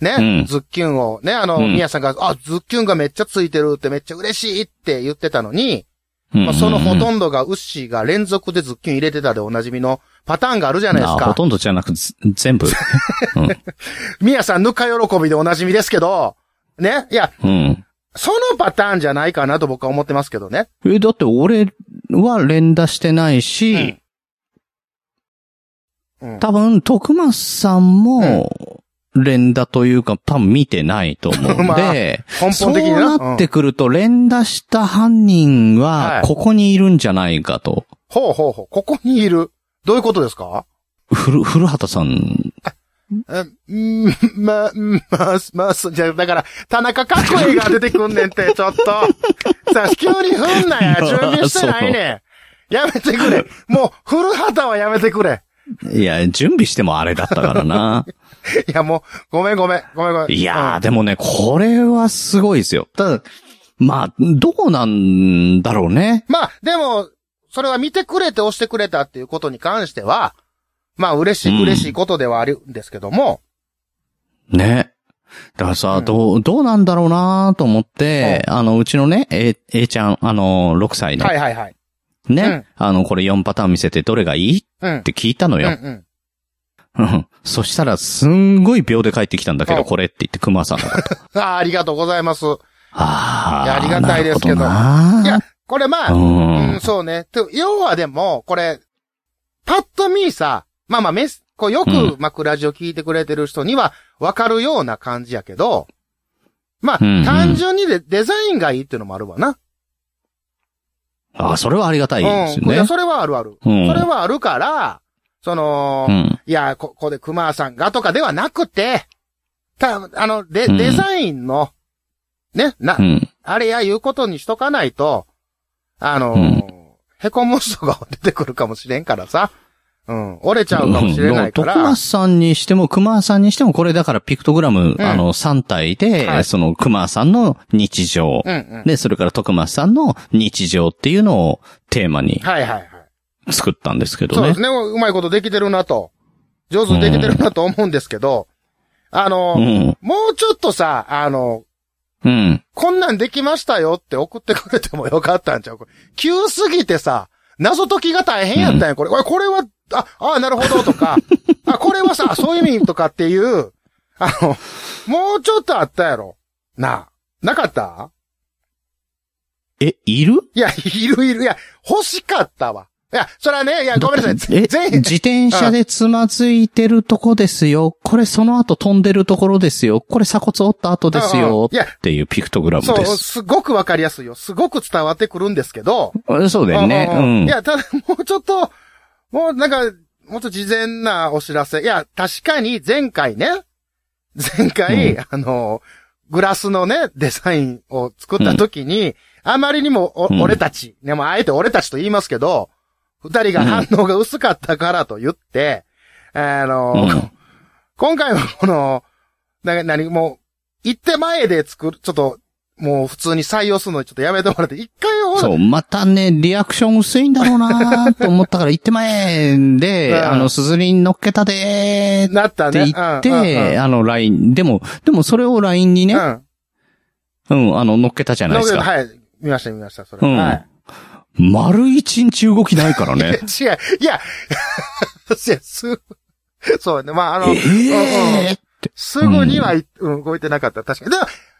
S2: ね、
S1: うん
S2: ズッキュンを、ね、あの、
S1: うん
S2: ミヤさんが、あ、ズッキュンがめっちゃついてるってめっちゃ嬉しいって言ってたのに、まあ、そのほ
S1: んど
S2: とんどがウッシーが連続でズッキュン入れてたでおなじみのパターンがあるじゃないです
S1: ほ
S2: か。
S1: とんどじゃなく、ず全部。 [LAUGHS]
S2: ミヤさんぬか喜びでおなじみですけど、ね、いや、
S1: うん。
S2: そのパターンじゃないかなと僕は思ってますけどね。
S1: え、だって俺は連打してないし、
S2: うん
S1: 多分、徳松さんも、連打というか、多分見てないと思うん
S2: [LAUGHS] まあ
S1: で、
S2: 根
S1: そ
S2: 本
S1: う
S2: 的にな。
S1: なって
S2: うん
S1: くると、連打した犯人
S2: は
S1: は、
S2: い
S1: ここにいるんじゃないかと。
S2: ほうほうほう。ここにいる。どういうことですか
S1: 古、古畑さん。
S2: えうん、ま、うんま、ま、すじゃあ、だから、田中角栄が出てくんねん [LAUGHS] って、ちょっと。さあ、急に振んなや。準備してないねん。やめてくれ。もう、古畑はやめてくれ。
S1: いや、準備してもあれだったから
S2: [LAUGHS]
S1: な。
S2: いや、もう、ごめんごめん。ごめんごめん。
S1: いや
S2: う
S1: ー、
S2: ん
S1: でもね、これはすごいですよ。ただ、まあ、どうなんだろうね。
S2: まあ、でも、それは見てくれて押してくれたっていうことに関しては、まあ、嬉し
S1: うん
S2: い、嬉しいことではあるんですけども、
S1: ね。だからさ、
S2: うん
S1: どう、どうなんだろうなと思って、あの、うちのね、え、えちゃん、あの、6歳の、
S2: はいはいはい。
S1: ね、
S2: うん
S1: あの、これ4パターン見せてどれがいいっ
S2: うん。
S1: て聞いたの
S2: うんう
S1: よ。
S2: ん。
S1: うんそしたら、すんごい秒で帰ってきたんだけ
S2: う
S1: ど、
S2: ん
S1: これって言って熊さんの
S2: [LAUGHS]
S1: こと。
S2: ああ、ありがとうございます。
S1: あ
S2: い
S1: あ。
S2: やありがたいですけど
S1: なるほない
S2: やこれまあ、
S1: うん
S2: うん、そうね。て要はでも、これ、パッと見さ、まあまあメス、こうよく、
S1: う
S2: まあ、クラジオ聞いてくれてる人には、わかるような感じやけど、まあ、
S1: うんうん
S2: 単純にデデザインがいいっていうのもあるわな。
S1: ああ、それはありがたいです
S2: うん。い
S1: よ
S2: や、
S1: ね。
S2: それはあるある。
S1: うん
S2: それはあるから、その、
S1: うん。
S2: いや、こここで熊さんがとかではなくて、た、あの、で、
S1: うん
S2: デザインの、ね、な
S1: う、ん。
S2: あれや言うことにしとかないと、あのー
S1: うん
S2: へこむ人が出てくるかもしれんからさ。うん、折れちゃうかもしれな
S1: うん、
S2: いか
S1: 徳
S2: ら。
S1: 松さんにしても、熊さんにしても、これだからピクトグラム、
S2: うん
S1: あの、3体で、
S2: はい
S1: その熊さんの日常、
S2: うんうん。
S1: で、それから徳松さんの日常っていうのをテーマに
S2: はいはいはい。
S1: 作ったんですけど
S2: そうで
S1: ね
S2: す。ね。うまいことできてるなと。上手にできてるなと思うんですけど、あの
S1: う
S2: ー
S1: ん。
S2: もうちょっとさ、あのー
S1: うん。
S2: こんなんできましたよって送ってくれてもよかったんちゃうこれ急すぎてさ、謎解きが大変やったんや、これ。これこれは、あ、ああ、なるほど
S1: [LAUGHS]
S2: とか、あ、これはさ、そういう意味とかっていう、あの、もうちょっとあったやろ。なあ、なかった
S1: え、いる
S2: いや、いるいる。いや、欲しかったわ。いや、それはね、いや、ごめんなさ
S1: [LAUGHS]
S2: い。
S1: え、
S2: ぜ全
S1: 自
S2: 員、
S1: 転車でつまずいてるとこですよ。これその後飛んでるところですよ。これ鎖骨折った後です
S2: うんうん
S1: よ。
S2: いや
S1: っていうピクトグラム
S2: そう、
S1: です。
S2: すごくわかりやすいよ。すごく伝わってくるんですけど、
S1: そうだよね。
S2: うんうんうんいうや、ただ、もうちょっと、もうなんか、もっと事前なお知らせ。いや、確かに前回ね、前回、
S1: う
S2: あの、グラスのね、デザインを作った時に、あまりにもお、
S1: うん
S2: 俺たち、ね、もうあえて俺たちと言いますけど、二人が反応が薄かったからと言って、あの、
S1: ん。
S2: 今回はこの、な、なに、もう、行って前で作る、ちょっと、もう普通に採用するのにちょっとやめてもらって、一回ほど
S1: そう、またね、リアクション薄いんだろうなと思ったから、行って前で、
S2: [LAUGHS] うん
S1: あの、すずりに乗っけたでーっ
S2: なったね。
S1: て言って、あの、LINE、でも、でもそれを LINE に
S2: うん
S1: ね
S2: うん、うん。
S1: うん、あの、乗っけたじゃないです
S2: ノー
S1: か。
S2: ベルはい。見ました、見ました、それ。
S1: うん
S2: はい。。
S1: 丸一日動きないからね
S2: 違う。いや、いやす [LAUGHS] そうね。まあ、あの、うんうん
S1: ええ
S2: すぐには、うん、動いてなかった。確かに。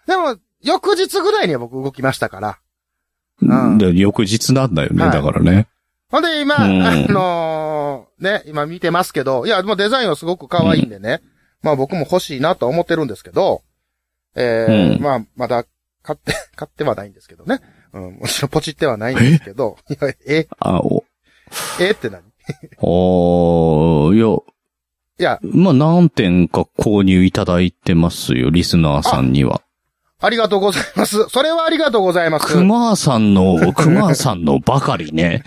S2: でも、でも、翌日ぐらいには僕動きましたから。うん
S1: で翌日なんだよね、
S2: はい
S1: だからね。
S2: ほんで今、
S1: うん
S2: あのーね、今見てますけど、いや、でもデザインはすごく可愛いんでね、まあ僕も欲しいなとは思ってるんですけど、えー
S1: うん
S2: まあ、まだ買って、 [LAUGHS] 買ってはないんですけどね。うん、もちろんポチってはないんですけど、いや、え、
S1: あ、お、
S2: えって何い
S1: おー、い
S2: や、
S1: や、まあ、何点か購入いただいてますよ、リスナーさんには。
S2: ありがとうございます。それはありがとうございます。い
S1: 熊さん
S2: [LAUGHS]
S1: の、熊さんのばかりね。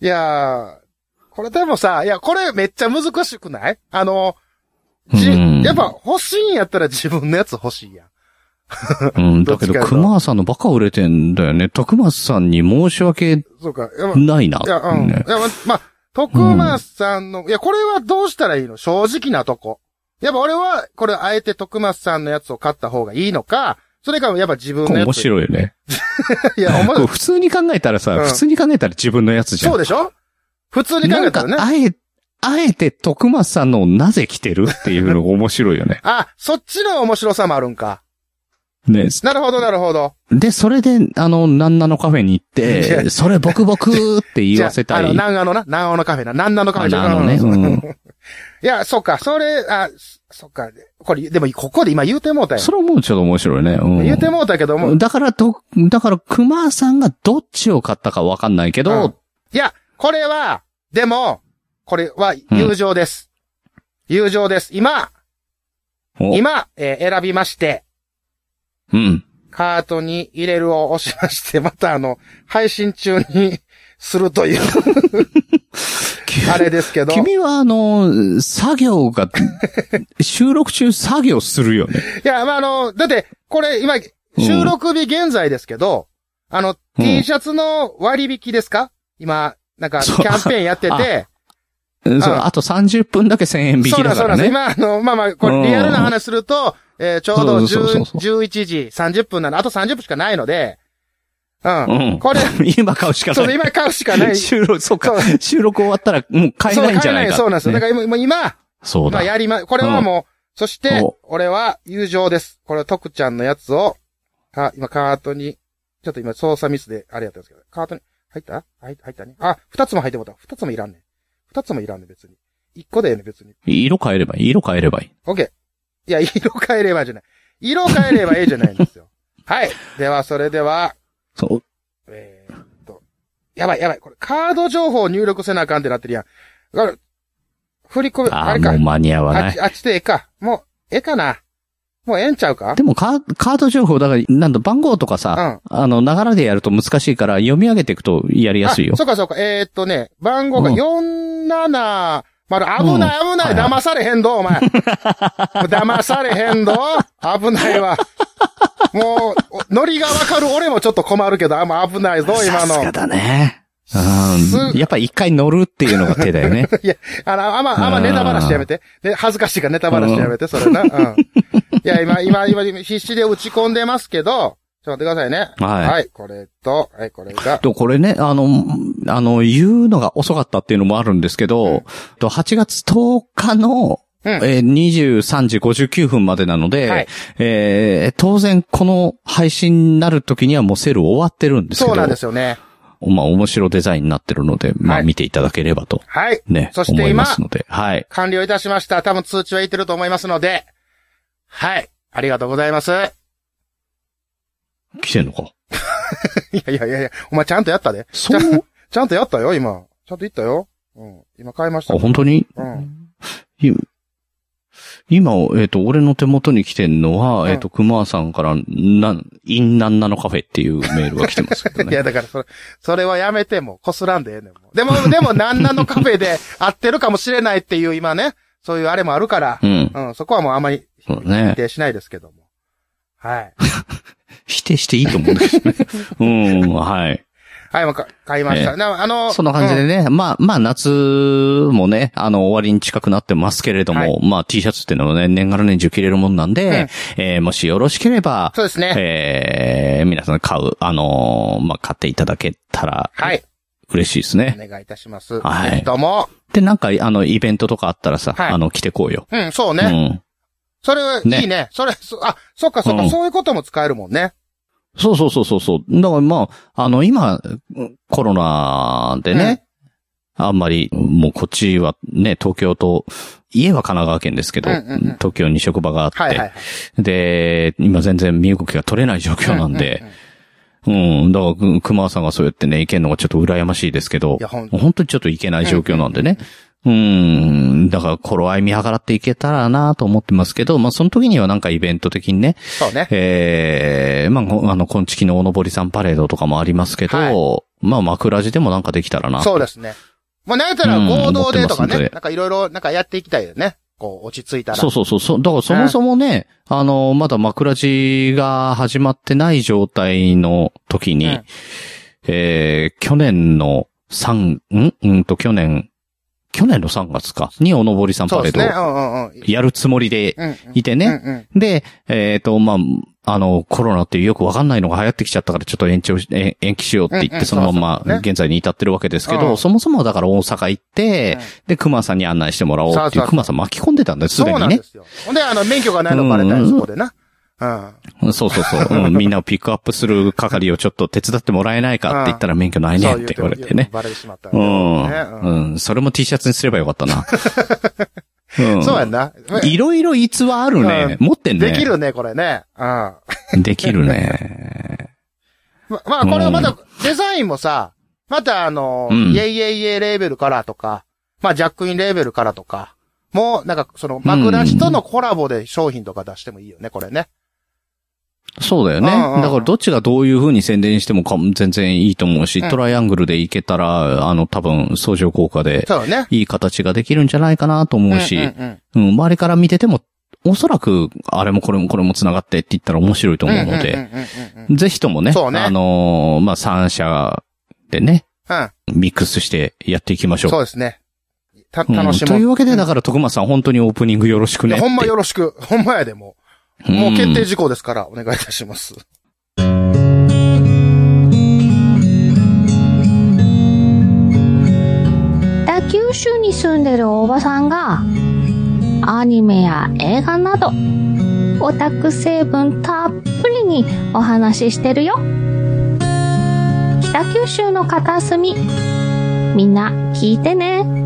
S2: やー、これでもさ、いや、これめっちゃ難しくないあの、
S1: う
S2: じ、
S1: ん
S2: やっぱ欲しいんやったら自分のやつ欲しいやん。
S1: うん、だけ
S2: ど
S1: ど、
S2: っちかやな
S1: 熊さんのバカ売れてんだよね。徳松さんに申し訳
S2: そうか。いや、まあ
S1: ないな。
S2: いや、うん。い
S1: ね
S2: や、ま、まあ、徳松さんの、いや、これはどうしたらいいの正直なとこ。やっぱ俺は、これ、あえて徳松さんのやつを買った方がいいのか、それかもやっぱ自分
S1: こ
S2: の
S1: れ
S2: やつ。
S1: 面白いよね。
S2: い。いや、思
S1: [LAUGHS] これ
S2: う。
S1: 普通に考えたらさ、
S2: うん
S1: 普通に考えたら自分のやつじゃん。
S2: そうでしょ普通に考
S1: な
S2: え
S1: ん
S2: た
S1: から
S2: ね、。。
S1: あえ、あえて徳松さんのをなぜ着てるっていうのが面白いよね
S2: あ、そっちの面白さもあるんか。
S1: ね。
S2: なるほど、なるほど。
S1: で、それで、あの、なんなのカフェに行っ
S2: いや
S1: て、それ僕僕って言わせた
S2: じゃああの、
S1: い。
S2: 南アのな、南アのカフェな、南アのカフェじゃ
S1: あのね、うん。
S2: いや、そっか、それ、あ、そそっか、これ、でも、ここで今言うてもうたよ。
S1: それはもうちょっと面白いね。うん、
S2: 言うてもうたけども、
S1: だから、と、だから、熊さんがどっちを買ったかわかんないけ
S2: う
S1: ど、
S2: んいや、これは、でも、これは友情です。友情です。今、
S1: お
S2: 今、えー選びまして、
S1: うん。
S2: カートに入れるを押しまして、またあの、配信中にするというあれです
S1: [LAUGHS]
S2: けど、い
S1: 君は、あの、作業が、 [LAUGHS] 収録中作業するよね。
S2: や、まあ、あの、だって、これ今、収録日現在ですけど、あの、
S1: うん
S2: T シャツの割引ですか今、なんか、
S1: そ
S2: キ
S1: う
S2: ャンペーンやってて、
S1: うんそう、
S2: あ
S1: あと30分だけ1000円引
S2: そ
S1: き
S2: うな
S1: だ
S2: んそ
S1: から
S2: うなんで
S1: ね。
S2: す。今、あの、まあまあ、こ
S1: う
S2: れ
S1: ん
S2: リアルな話すると、えーちょう
S1: そ
S2: ど
S1: うそうそうそう
S2: 10 11時30分なの、あと30分しかないので、うん。
S1: うん。
S2: これ、
S1: 今買うしか
S2: そう、
S1: ない。
S2: 今買うしかない。
S1: 収録、そうか
S2: そ。
S1: 収録終わったら、もう [LAUGHS] 買えないんじゃないか。
S2: そう買えないそうなんですよ。だ
S1: ね
S2: から今、もう今、
S1: そう
S2: ま
S1: だ
S2: あ。やりま、これはもう、そして
S1: お、
S2: 俺は友情です。これは徳ちゃんのやつを、か、今カートに、ちょっと今操作ミスであれやったんですけど、カートに、入った入った入ったね。あ、二つも入ってもうた。二つもいらんねん。二つもいらんねん、別に。一個だよね、別に。
S1: 色変えればいい。色変えればいい。
S2: オッケー。いや、色変えればじゃない。色変えればええじゃないん [LAUGHS] ですよ。はい。では、それでは、
S1: そう。
S2: えーっと、やばいやばい。これ、カード情報を入力せなあかんってなってるやん。これ振り込み、あ
S1: ああ、
S2: れ
S1: も
S2: か
S1: う。間に合わ
S2: あ
S1: な
S2: っ
S1: い
S2: ち、。あっちでええか。もう、ええかな。もうええんちゃうか
S1: でもカー、カード情報、だから、なんだ、番号とかさ、あの、ながらでやると難しいから、読み上げていくとやりやすいよ
S2: あ。そうかそうか。えーっとね、番号が
S1: うん
S2: 470、危ない危ない、
S1: はいはい
S2: 騙されへんど、お
S1: [LAUGHS]
S2: 前。騙されへんど、危ないわ。もう、おノリがわかる俺もちょっと困るけど、あんま危ないぞ、今
S1: さす
S2: の
S1: が。だね。
S2: す
S1: うん。やっぱ一回乗るっていうのが手だよ
S2: [LAUGHS]
S1: ね。
S2: いや、あの、あんま、あんま
S1: うん
S2: ネタ話やめて。で、恥ずかしいからネタ話やめて、それな。うん。いや、今、今、今、今必死で打ち込んでますけど、ちょっと待ってくださいね。
S1: はい
S2: はい、これと、はい、これが。
S1: と、これね、あの、あの、言うのが遅かったっていうのもあるんですけ
S2: うん
S1: ど、と8月10日の、
S2: うん
S1: えー23時59分までなので、
S2: はい
S1: えー当然この配信になる時にはもうセール終わってるんですけど、
S2: そうなんですよね。
S1: まあ面白デザインになってるので、ま
S2: は
S1: あ
S2: い
S1: 見ていただければと、
S2: はい。
S1: ね、
S2: そして今
S1: 思いますので、はい。
S2: 完了いたしました。多分通知はいってると思いますので。はい。ありがとうございます。い [LAUGHS] や
S1: 来てんのか。
S2: いやいやいや、お前ちゃんとやったで。
S1: そ
S2: ちゃん
S1: う、
S2: ちゃんとやったよ、今。ちゃんと言ったよ。うん。今買いまし
S1: [LAUGHS] あ
S2: た。
S1: 本当に
S2: うん。
S1: い今、えっ、と、俺の手元に来てんのは、
S2: うん
S1: えっ、と、熊さんから、なん、インナンナのカフェっていうメールが来てますけど
S2: [LAUGHS] い
S1: ね。
S2: や、だから、それ、それはやめても、こすらんでええねん。もうでも、でも、なんなのカフェで会ってるかもしれないっていう、今ね、そういうあれもあるから
S1: う、ん。
S2: うん、そこはもうあんまり
S1: そうだ
S2: 否
S1: ね。
S2: 定しないですけども。はい。
S1: 否定していいと思うんだけどね。
S2: [LAUGHS]
S1: うん、はい。
S2: はい、もうか買いました。
S1: え
S2: なあの、
S1: そんな感じ
S2: うん
S1: でね、まあ、まあ、夏もね、あの、終わりに近くなってますけれども、
S2: はい
S1: まあ、T シャツっていうのはね、年がら年中着れるもんなんで、えーもしよろしければ、
S2: そうです [LAUGHS] ね。
S1: えー皆さん買う、あのーまあ、買っていただけたら、
S2: はい。
S1: 嬉しいですね。
S2: お願いいたします。
S1: はい
S2: ぜひとも。
S1: で、なんか、あの、イベントとかあったらさ、
S2: はい
S1: あの、来てこうよ。
S2: うん、そうね。
S1: うん。
S2: それ、いい
S1: ね
S2: ね。それ、そあ、そっかそっか、
S1: うん
S2: そういうことも使えるもんね。
S1: そうそうそうそうそう。だからまあ、あの、今、コロナでね、あんまり、もうこっちはね、東京と、家は神奈川県ですけど、
S2: うんうんうん
S1: 東京に職場があって、
S2: はいはい。
S1: で、今全然身動きが取れない状況なんで、うんだからく、熊さんがそうやってね、行けるのがちょっと羨ましいですけど
S2: いや、ほん
S1: 本当にちょっと行けない状況なんでね。うん、だから、頃合い見計らっていけたらなと思ってますけど、まあ、その時にはなんかイベント的にね、
S2: そうね。
S1: ええまあこ、あの、今月のおのぼりさんパレードとかもありますけど、
S2: は
S1: まあ、枕地でもなんかできたらな。
S2: そうですね。もうなんやったら合同でとか
S1: うん思ってますん
S2: ね、
S1: で
S2: なんかいろいろ、なんかやっていきたいよね。こう、落ち着いたら。
S1: そうそうそうそう。だからそもそもね、あの、まだ枕地が始まってない状態の時に、
S2: うん
S1: えー、去年の3、んうんと去年、去年の3月か、におのぼりさん
S2: そ
S1: パ
S2: う
S1: レ
S2: で
S1: ー
S2: す
S1: ド
S2: ね。
S1: を
S2: うんうんうん。
S1: やるつもりで
S2: うんうん
S1: いてね。
S2: うん
S1: で、えっ、と、まあ、あの、コロナっていうよくわかんないのが流行ってきちゃったから、ちょっと延長し、え延期しようって言っ
S2: うんうん
S1: て、そのま
S2: そうそう
S1: ま
S2: ね
S1: 現在に至ってるわけですけ
S2: う
S1: ど、
S2: ん
S1: そもそもだから大阪行って
S2: うん、
S1: で、熊さんに案内してもらおう
S2: そう
S1: っていうう、
S2: そそう
S1: 熊さん巻き込んでたんだよ、す
S2: そ
S1: で
S2: うな
S1: に
S2: ん
S1: ね
S2: で。すよ。ほんで、あの、免許がないのバレた
S1: うんん
S2: そこでな。うん。
S1: そうそうそう、う
S2: [LAUGHS]
S1: んみんなをピックアップする係をちょっと手伝ってもらえないかって言ったら免許ないねん
S2: そう
S1: っ
S2: いう
S1: て言われてね。
S2: バレてしまったん
S1: う
S2: だ
S1: ん。
S2: よね。うん
S1: うん。それも T シャツにすればよかった
S2: [LAUGHS]
S1: な。うん
S2: そうやんな。
S1: いろいろ逸話あるね。
S2: うん
S1: 持ってんね。
S2: でき。るね、これね。うん。ま
S1: できるね。
S2: まあ、これはまだ、デザインもさ、またあの、
S1: うん
S2: イェイイェイイェイレーベルからとか、まあ、ジャックインレーベルからとか、もう、なんか、その、枕師とのコラボで商品とか出してもいいよね、これね。
S1: [LAUGHS] そうだよね。
S2: うんうん
S1: だからどっちがどういう風に宣伝してもか全然いいと思うし、
S2: うん
S1: トライアングルでいけたら、あの、多分相乗効果で
S2: そうだね。
S1: いい形ができるんじゃないかなと思うし、
S2: うんうんうん
S1: うん、周りから見てても、おそらく、あれもこれもこれも繋がってって言ったら面白いと思うの
S2: うんう
S1: で、
S2: んうんうんうん
S1: ぜひともね、
S2: そうね
S1: あのーまあ、三社でね、
S2: うん。
S1: ミックスしてやっていきましょう。
S2: そうですね。た、
S1: うん
S2: 楽し
S1: と
S2: も
S1: いう
S2: う。
S1: わけで、だから、徳間さん、本当にオープニングよろしく
S2: い
S1: ねっ
S2: や
S1: て。
S2: ほんまよろしく。ほんまやで、もう。
S1: ん
S2: もう決定事項ですから、お願いいたします。
S4: 北九州に住んでるおばさんがアニメや映画などオタク成分たっぷりにお話ししてるよ北九州の片隅みんな聞いてね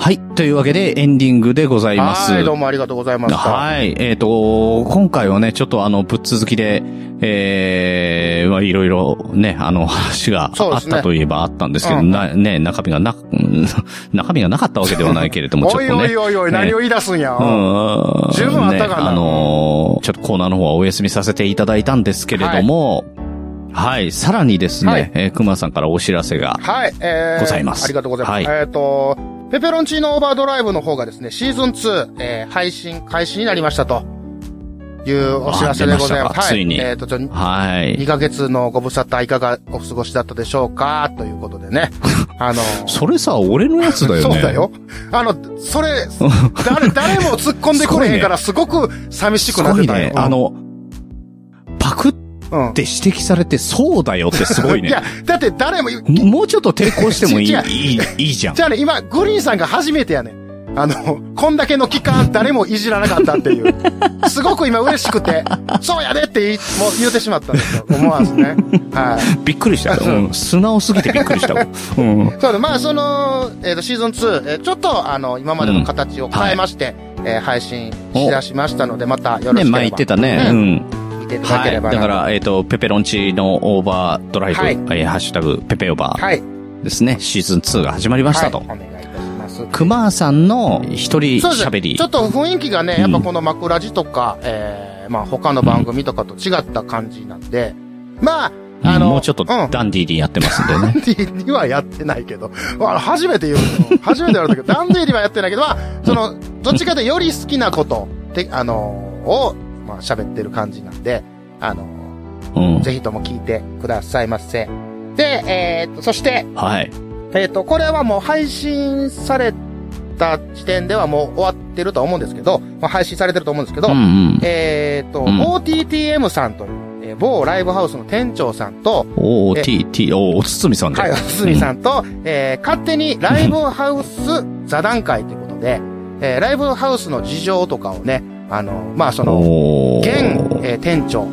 S1: はい。というわけで、エンディングでございます。
S2: はい、どうもありがとうございました。
S1: はい。えっ、と、今回はね、ちょっとあの、ぶっ続きで、えー、まあ、いろいろね、あの、話が
S2: そう
S1: あ
S2: で
S1: っ
S2: すね
S1: たといえばあったんですけど、
S2: うん
S1: な、ね、中身がな、うん [LAUGHS] 中身がなかったわけではないけれども、ちょ
S2: [LAUGHS] お
S1: っ
S2: い
S1: と
S2: お
S1: ね
S2: い。おいおい、
S1: ね
S2: 何を言い出すんや。
S1: うん
S2: 十分あったかな
S1: ねあのーちょっとコーナーの方はお休みさせていただいたんですけれども、はい、さらにですね、
S2: はい
S1: えー熊さんからお知らせが、
S2: はい、えー、
S1: ございます
S2: ありがとうございます。
S1: はい
S2: えっ、と、ペペロンチーノオーバードライブの方がですね、シーズン2、えー、配信開始になりましたと、いうお知らせでござい
S1: あ出
S2: ます。
S1: ましたか
S2: はい、
S1: ついに
S2: えっ、と、ちょ、
S1: は
S2: 2
S1: い。
S2: ヶ月のご無沙汰いかがお過ごしだったでしょうかということで
S1: [LAUGHS]
S2: ね。あのー
S1: それさ、俺のやつだよね。
S2: そうだ。よ。あの、それ、誰、誰も突っ込んでくれへ
S1: [LAUGHS]
S2: んから、すごく寂し
S1: す
S2: くなっ
S1: ご
S2: て
S1: い
S2: たよ
S1: ね。。あの、パクっ
S2: うん、うん
S1: っ。て指摘されて、そうだよってすごいね。
S2: や、だって誰も、
S1: ももうちょっと抵抗してもいい、
S2: 違う
S1: いい、いいじゃん
S2: じ。ゃあね、今、グリーンさんが初めてやねん。あの、こんだけの期間、誰もいじらなかったって [LAUGHS] いう。すごく今嬉しくて、そうやでって言いもう言うてしまったんですよ。思わずね。はい。
S1: びっくりしたよ。うん素直すぎてびっくりしたわ。うん。
S2: そうで、まあ、その、えっ、と、シーズン2、えーちょっと、あの、今までの形を変えまして、えー配信しだしましたので、またよろ
S1: ね、
S2: しけ
S1: 前
S2: れ
S1: 言っ
S2: ば、
S1: てたね。う
S2: うん
S1: ん。
S2: 見ていただ
S1: は
S2: け
S1: い。
S2: れ
S1: だ
S2: ばな
S1: か、ら、えっと、ペペロンチのオーバードライブ、
S2: はい
S1: えーハッシュタグ、ペペオーバ
S2: はい。
S1: ーですね。シーズン2が始まりましたと
S2: はい。お願いいたします。
S1: クマーさんの一人
S2: そうです
S1: 喋
S2: ね。
S1: り
S2: ちょ。っと雰囲気がね、やっぱこの枕地とか、えーまあ他の番組とかと違った感じなんで、まあ、
S1: うん
S2: あの、
S1: もうちょっと
S2: ん
S1: ダンディーにやってますんで
S2: ダン
S1: ね。
S2: ディにはやってないけど、あ初めて言うの。初めて言われ
S1: [LAUGHS]
S2: たけど、ダンディにはやってないけど、まあ、その、どっちかでより好きなこと、て、あのを、まあ喋ってる感じなんで、あの
S1: うん。
S2: ぜひとも聞いてくださいませ。で、えー、と、そして、
S1: はい。
S2: えっ、と、これはもう配信された時点ではもう終わってるとは思うんですけど、まあ、配信されてると思うんですけど、
S1: うんうん。
S2: えっ、と、
S1: うん
S2: OTTM さんという、えー某ライブハウスの店長さんと、
S1: おー、T、T、おー、おつつみさんで。
S2: はい、おすみさんと、えー勝手にライブハウス座談会ということで、えーライブハウスの事情とかをね、あの、まあ、その、
S1: お
S2: 現、
S1: ー。
S2: えー店長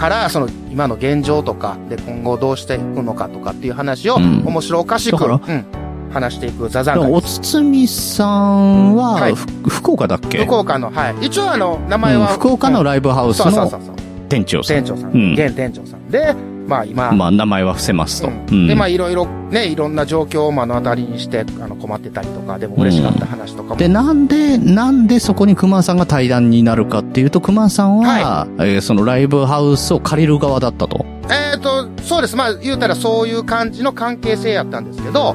S2: から、その、今の現状とか、で、今後どうしていくのかとかっていう話を、
S1: うん
S2: 面白おかしく、
S1: だから
S2: うん、話していく座談
S1: で
S2: 会
S1: もおつつみさんは、
S2: はい
S1: ふ福岡だっけ
S2: 福岡の、はい。一応あの、名前
S1: うん
S2: は、
S1: 福岡の
S2: ラ
S1: ライブハ
S2: イ
S1: ウス
S2: そうそうそ
S1: の
S2: うそう。
S1: 店長さん。
S2: 店長さん、
S1: うん
S2: 現店長さんで、まあ今、
S1: まあ、名前は伏せますと。
S2: うん
S1: うん
S2: で、まあいろいろね、いろんな状況を目の当たりにして、あの、困ってたりとか、でも嬉しかった話とかも。
S1: で、なんで、なんでそこに熊さんが対談になるかっていうと、熊さんは、えーそのライブハウスを借りる側だったと。
S2: えっ、と、そうです。まあ、言うたらそういう感じの関係性やったんですけど、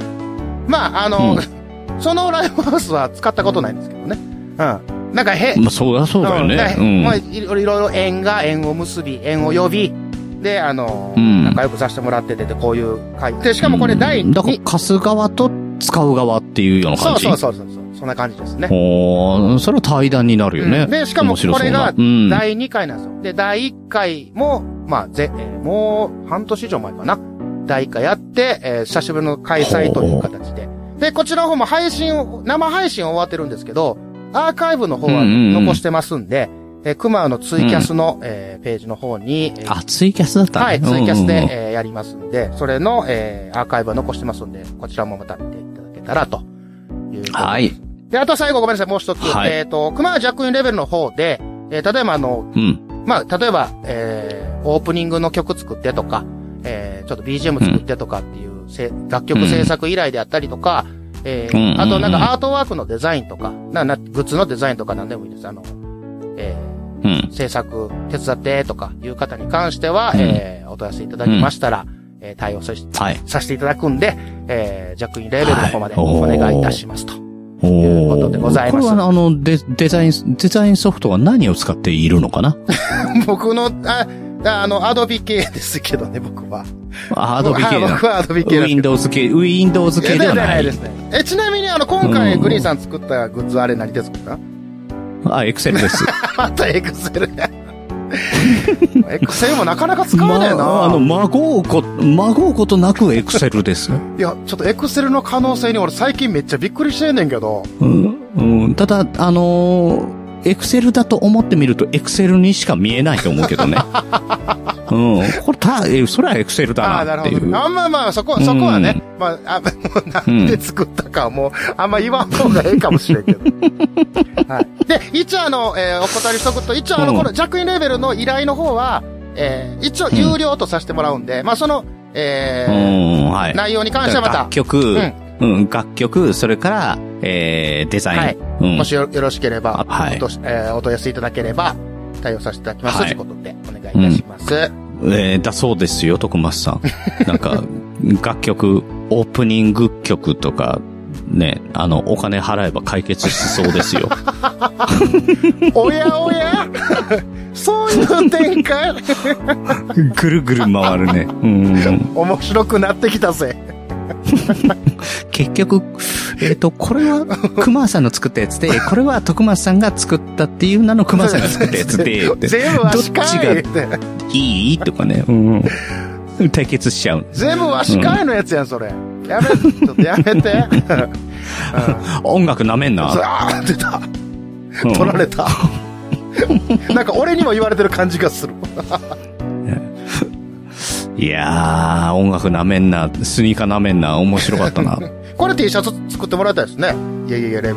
S2: まあ、あの、
S1: う
S2: [LAUGHS] そのライブハウスは使ったことないんですけどね。うん。なんかへ、
S1: まあ、そりゃそうだよね。うんん。
S2: まあ、いいろいろ縁が縁を結び、縁を呼び、で、あの、
S1: うん
S2: 仲良くさせてもらってて、で、こういう会。で、しかもこれ第
S1: うんだから
S2: に、
S1: 貸す側と使う側っていうような
S2: そ
S1: 感
S2: う
S1: じ。
S2: そうそうそう、そんな感じですね。
S1: おーそれは対談になるよね。
S2: うんで、しかも
S1: 面白
S2: こ
S1: そう
S2: れ
S1: な
S2: が
S1: うん。
S2: 第2回なんですよ。で、第1回も、まあ、ぜ、えーもう半年以上前かな。第1回やって、えー久しぶりの開催という形で。で、こちらの方も配信を、生配信終わってるんですけど、アーカイブの方は
S1: うんうんうん
S2: 残してますんで、えー熊のツイキャスの、えーページの方に、えー
S1: あ、ツイキャスだったね
S2: はい、ツイキャ
S1: うんうんう
S2: スで、
S1: ん
S2: えーやりますんで、それの、えーアーカイブは残してますんで、こちらもまた見ていただけたらということで
S1: はい。
S2: で、あと最後ごめんなさい、もう一つ。
S1: はい
S2: えっ、と、熊はジャックインレベルの方で、えー例えばあの、
S1: うん。
S2: まあ、例えば、えーオープニングの曲作ってとか、えーちょっと BGM 作ってとかっていう、せ楽曲制作依頼であったりとか、えー
S1: うんうんうん
S2: あとなんかアートワークのデザインとか、な、な、グッズのデザインとか何でもいいです。あの、え
S1: うん
S2: ー。制作手伝ってとかいう方に関しては、
S1: うん
S2: えーお問い合わせいただきましたら、えー対応させ
S1: はい。
S2: させていただくんで、えージャックインレベルの方まで
S1: はい
S2: お
S1: おー
S2: 願いいたしますと。
S1: おー
S2: いうことでございます
S1: これは、あの、デデザイン、デザインソフトは何を使っているのかな
S2: [LAUGHS] 僕の、あ、あの、アドビ系ですけどね、僕は。
S1: アドビ系
S2: はい
S1: な
S2: [LAUGHS] 僕はアドビ系ですけど。
S1: Windows 系、Windows 系ではない。
S2: ですね。え、ちなみに、あの、今回、
S1: うん
S2: グリーンさん作ったグッズ、あれ何で作った
S1: あ、Excel です。
S2: [LAUGHS] またエクセル。 [LAUGHS] エクセルもなかなか使わねえな、
S1: まあの、まごうこ、まごうことなく Excel です。
S2: いや、ちょっとエクセルの可能性に俺最近めっちゃびっくりしてんねんけど。
S1: うんうん、ただ、あのー、エクセルだと思ってみると、エクセルにしか見えないと思うけど
S2: [LAUGHS]
S1: ね。うん。これ、た、えそれはエクセル
S2: あ
S1: だ
S2: あ、な
S1: なっ
S2: る
S1: てい
S2: ほ
S1: う。
S2: ど。あんまあまあ、そこは、そこはね。まあ、あ、もうなんで作ったかはもう、あんま言わん方がええかもしれん
S1: [LAUGHS]
S2: けど。はい。で、一応あの、えーお断りしとくと、一応あの、
S1: うん
S2: このジャックインレベルの依頼の方は、えー一応有料とさせてもらうんで、まあその、え
S1: う
S2: ー
S1: ん、はい。
S2: 内容に関してはまた
S1: 楽、曲、
S2: う
S1: うんん、楽曲、それから、えー、デザイン。
S2: はい
S1: うん。
S2: もしよよろしければ、
S1: はい
S2: おとしえーお問い合わせいただければ、対応させていただきます、
S1: はい
S2: ということで、お願いいたします。
S1: えーだそうですよ、徳松
S2: [LAUGHS]
S1: さん。なんか、楽曲、オープニング曲とか、ね、あの、お金払えば解決しそうです
S2: [LAUGHS]
S1: よ。
S2: おやおや [LAUGHS] そういう展開 [LAUGHS]
S1: ぐるぐる回るね。うん。
S2: 面白くなってきたぜ。
S1: 結局、えっ、と、これ
S2: [LAUGHS]
S1: は、熊さんの作ったやつで、これは徳松さんが作ったっていう名の熊さんが作ったやつで、って
S2: [LAUGHS] 全部わしか
S1: どっ
S2: い
S1: ちいいとかね、
S2: [LAUGHS]
S1: うん。対決しちゃう。
S2: 全部わしかいのやつやん、それ。やめ、ちょっとやめて。うん、
S1: [LAUGHS] 音楽なめんな。
S2: あー出た。
S1: うん
S2: 取られた。なんか俺にも言われてる感じがする。
S1: いやー、音楽なめんな、スニーカーなめんな、面白かった
S2: [LAUGHS]
S1: な。
S2: これ T シャツ作ってもらいたいですね。いやいやいや、レベル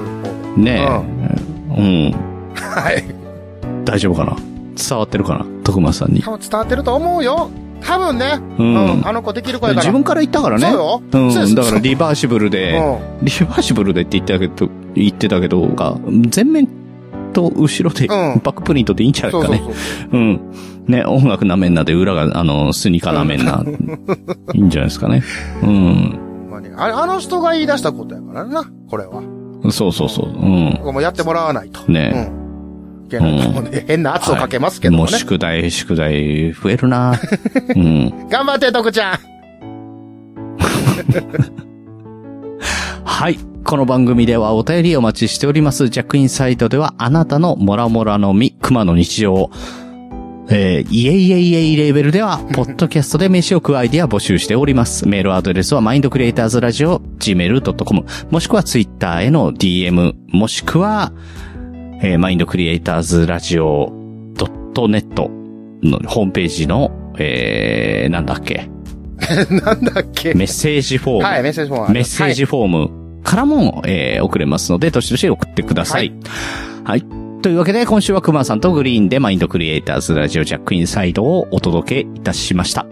S2: 4。
S1: ねえ。うん。
S2: はい。
S1: 大丈夫かな伝わってるかな徳松さんに。
S2: 多分伝わってると思うよ。多分ね。う
S1: うん
S2: ん。あの子できる子やから。
S1: 自分から言ったからね。
S2: そうよそう
S1: う
S2: です
S1: ん。だからリバーシブルで、
S2: う
S1: リバーシブルでって言ってたけど、言ってたけど、が前面と後ろで、
S2: うん
S1: バックプリントでいいんじゃない
S2: そう
S1: か
S2: そう
S1: ね。
S2: そう。
S1: うん。ね、音楽なめんなで、裏が、あの、スニーカーなめんな。いいんじゃないですかね。うん。
S2: ほんまにあれあの人が言い出したことやからな、これは。
S1: そうそうそう。うん。
S2: ここもやってもらわないと。
S1: ね
S2: うん。いけないと思うんで変な圧をかけますけど
S1: も
S2: も
S1: う
S2: ね。
S1: 宿題、宿題、増える
S2: [LAUGHS]
S1: なうん。
S2: 頑張って、徳ちゃん。
S1: はい。この番組ではお便りお待ちしております。ジャックインサイトでは、あなたのモラモラのみ、熊の日常をえー、いえいえいえいレベルでは、ポッドキャストで飯を食うアイディア募集しております。メールアドレスは、マインドクリエイターズラジオ、gmail.com、もしくはツイッターへの DM、もしくは、えー、マインドクリエイターズラジオ .net のホームページの、えー、なんだっけ、
S2: [LAUGHS] なんだっ
S1: [LAUGHS]
S2: け。
S1: メッセージフォーム。
S2: はい、メッセージフォームある
S1: メッセージフォームからも、えー送れますので、どしどし送ってください。はい。というわけで、今週は熊さんとグリーンでマインドクリエイターズラジオジャックインサイドをお届けいたしました。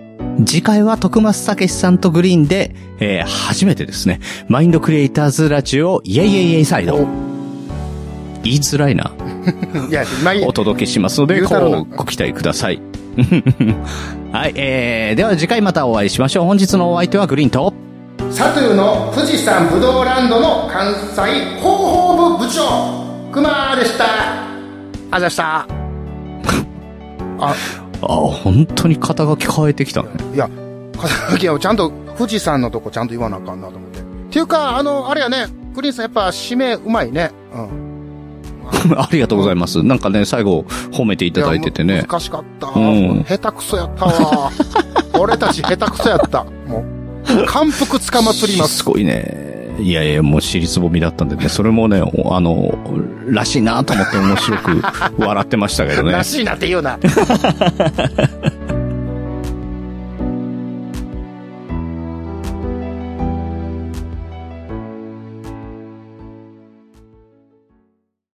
S1: 次回は徳松たけしさんとグリーンで、えー初めてですね、マインドクリエイターズラジオイェイイェイイェイサイド。言いづらいな。
S2: いや、まあいい
S1: お届けしますので、
S2: 言うたろな
S1: こうご期待ください。 [LAUGHS] はい、えー、では次回またお会いしましょう。本日のお相手はグリーンと、
S2: サトゥーの富士山ぶどうランドの関西広報部部長クマでしたあざしたあ
S1: あ、本当に肩書き変えてきたね。 [LAUGHS]
S2: いや肩書きをちゃんと富士山のとこちゃんと言わなあかんなと思ってっていうかあのあれやねグリーンさんやっぱ締めうまいねうん
S1: ありがとうございます。なんかね、最後褒めていただいてて
S2: や
S1: ね。
S2: 難しかった、
S1: うん
S2: 下手くそやっ
S1: [LAUGHS]
S2: たわ俺たち下手くそやったもう感服つかまつります
S1: すごいね。いやいや、もう尻つぼみだったんでね、それもね、おあの、
S2: [LAUGHS]
S1: らしいなと思って面白く笑ってましたけどね
S2: ら。しいなって言うな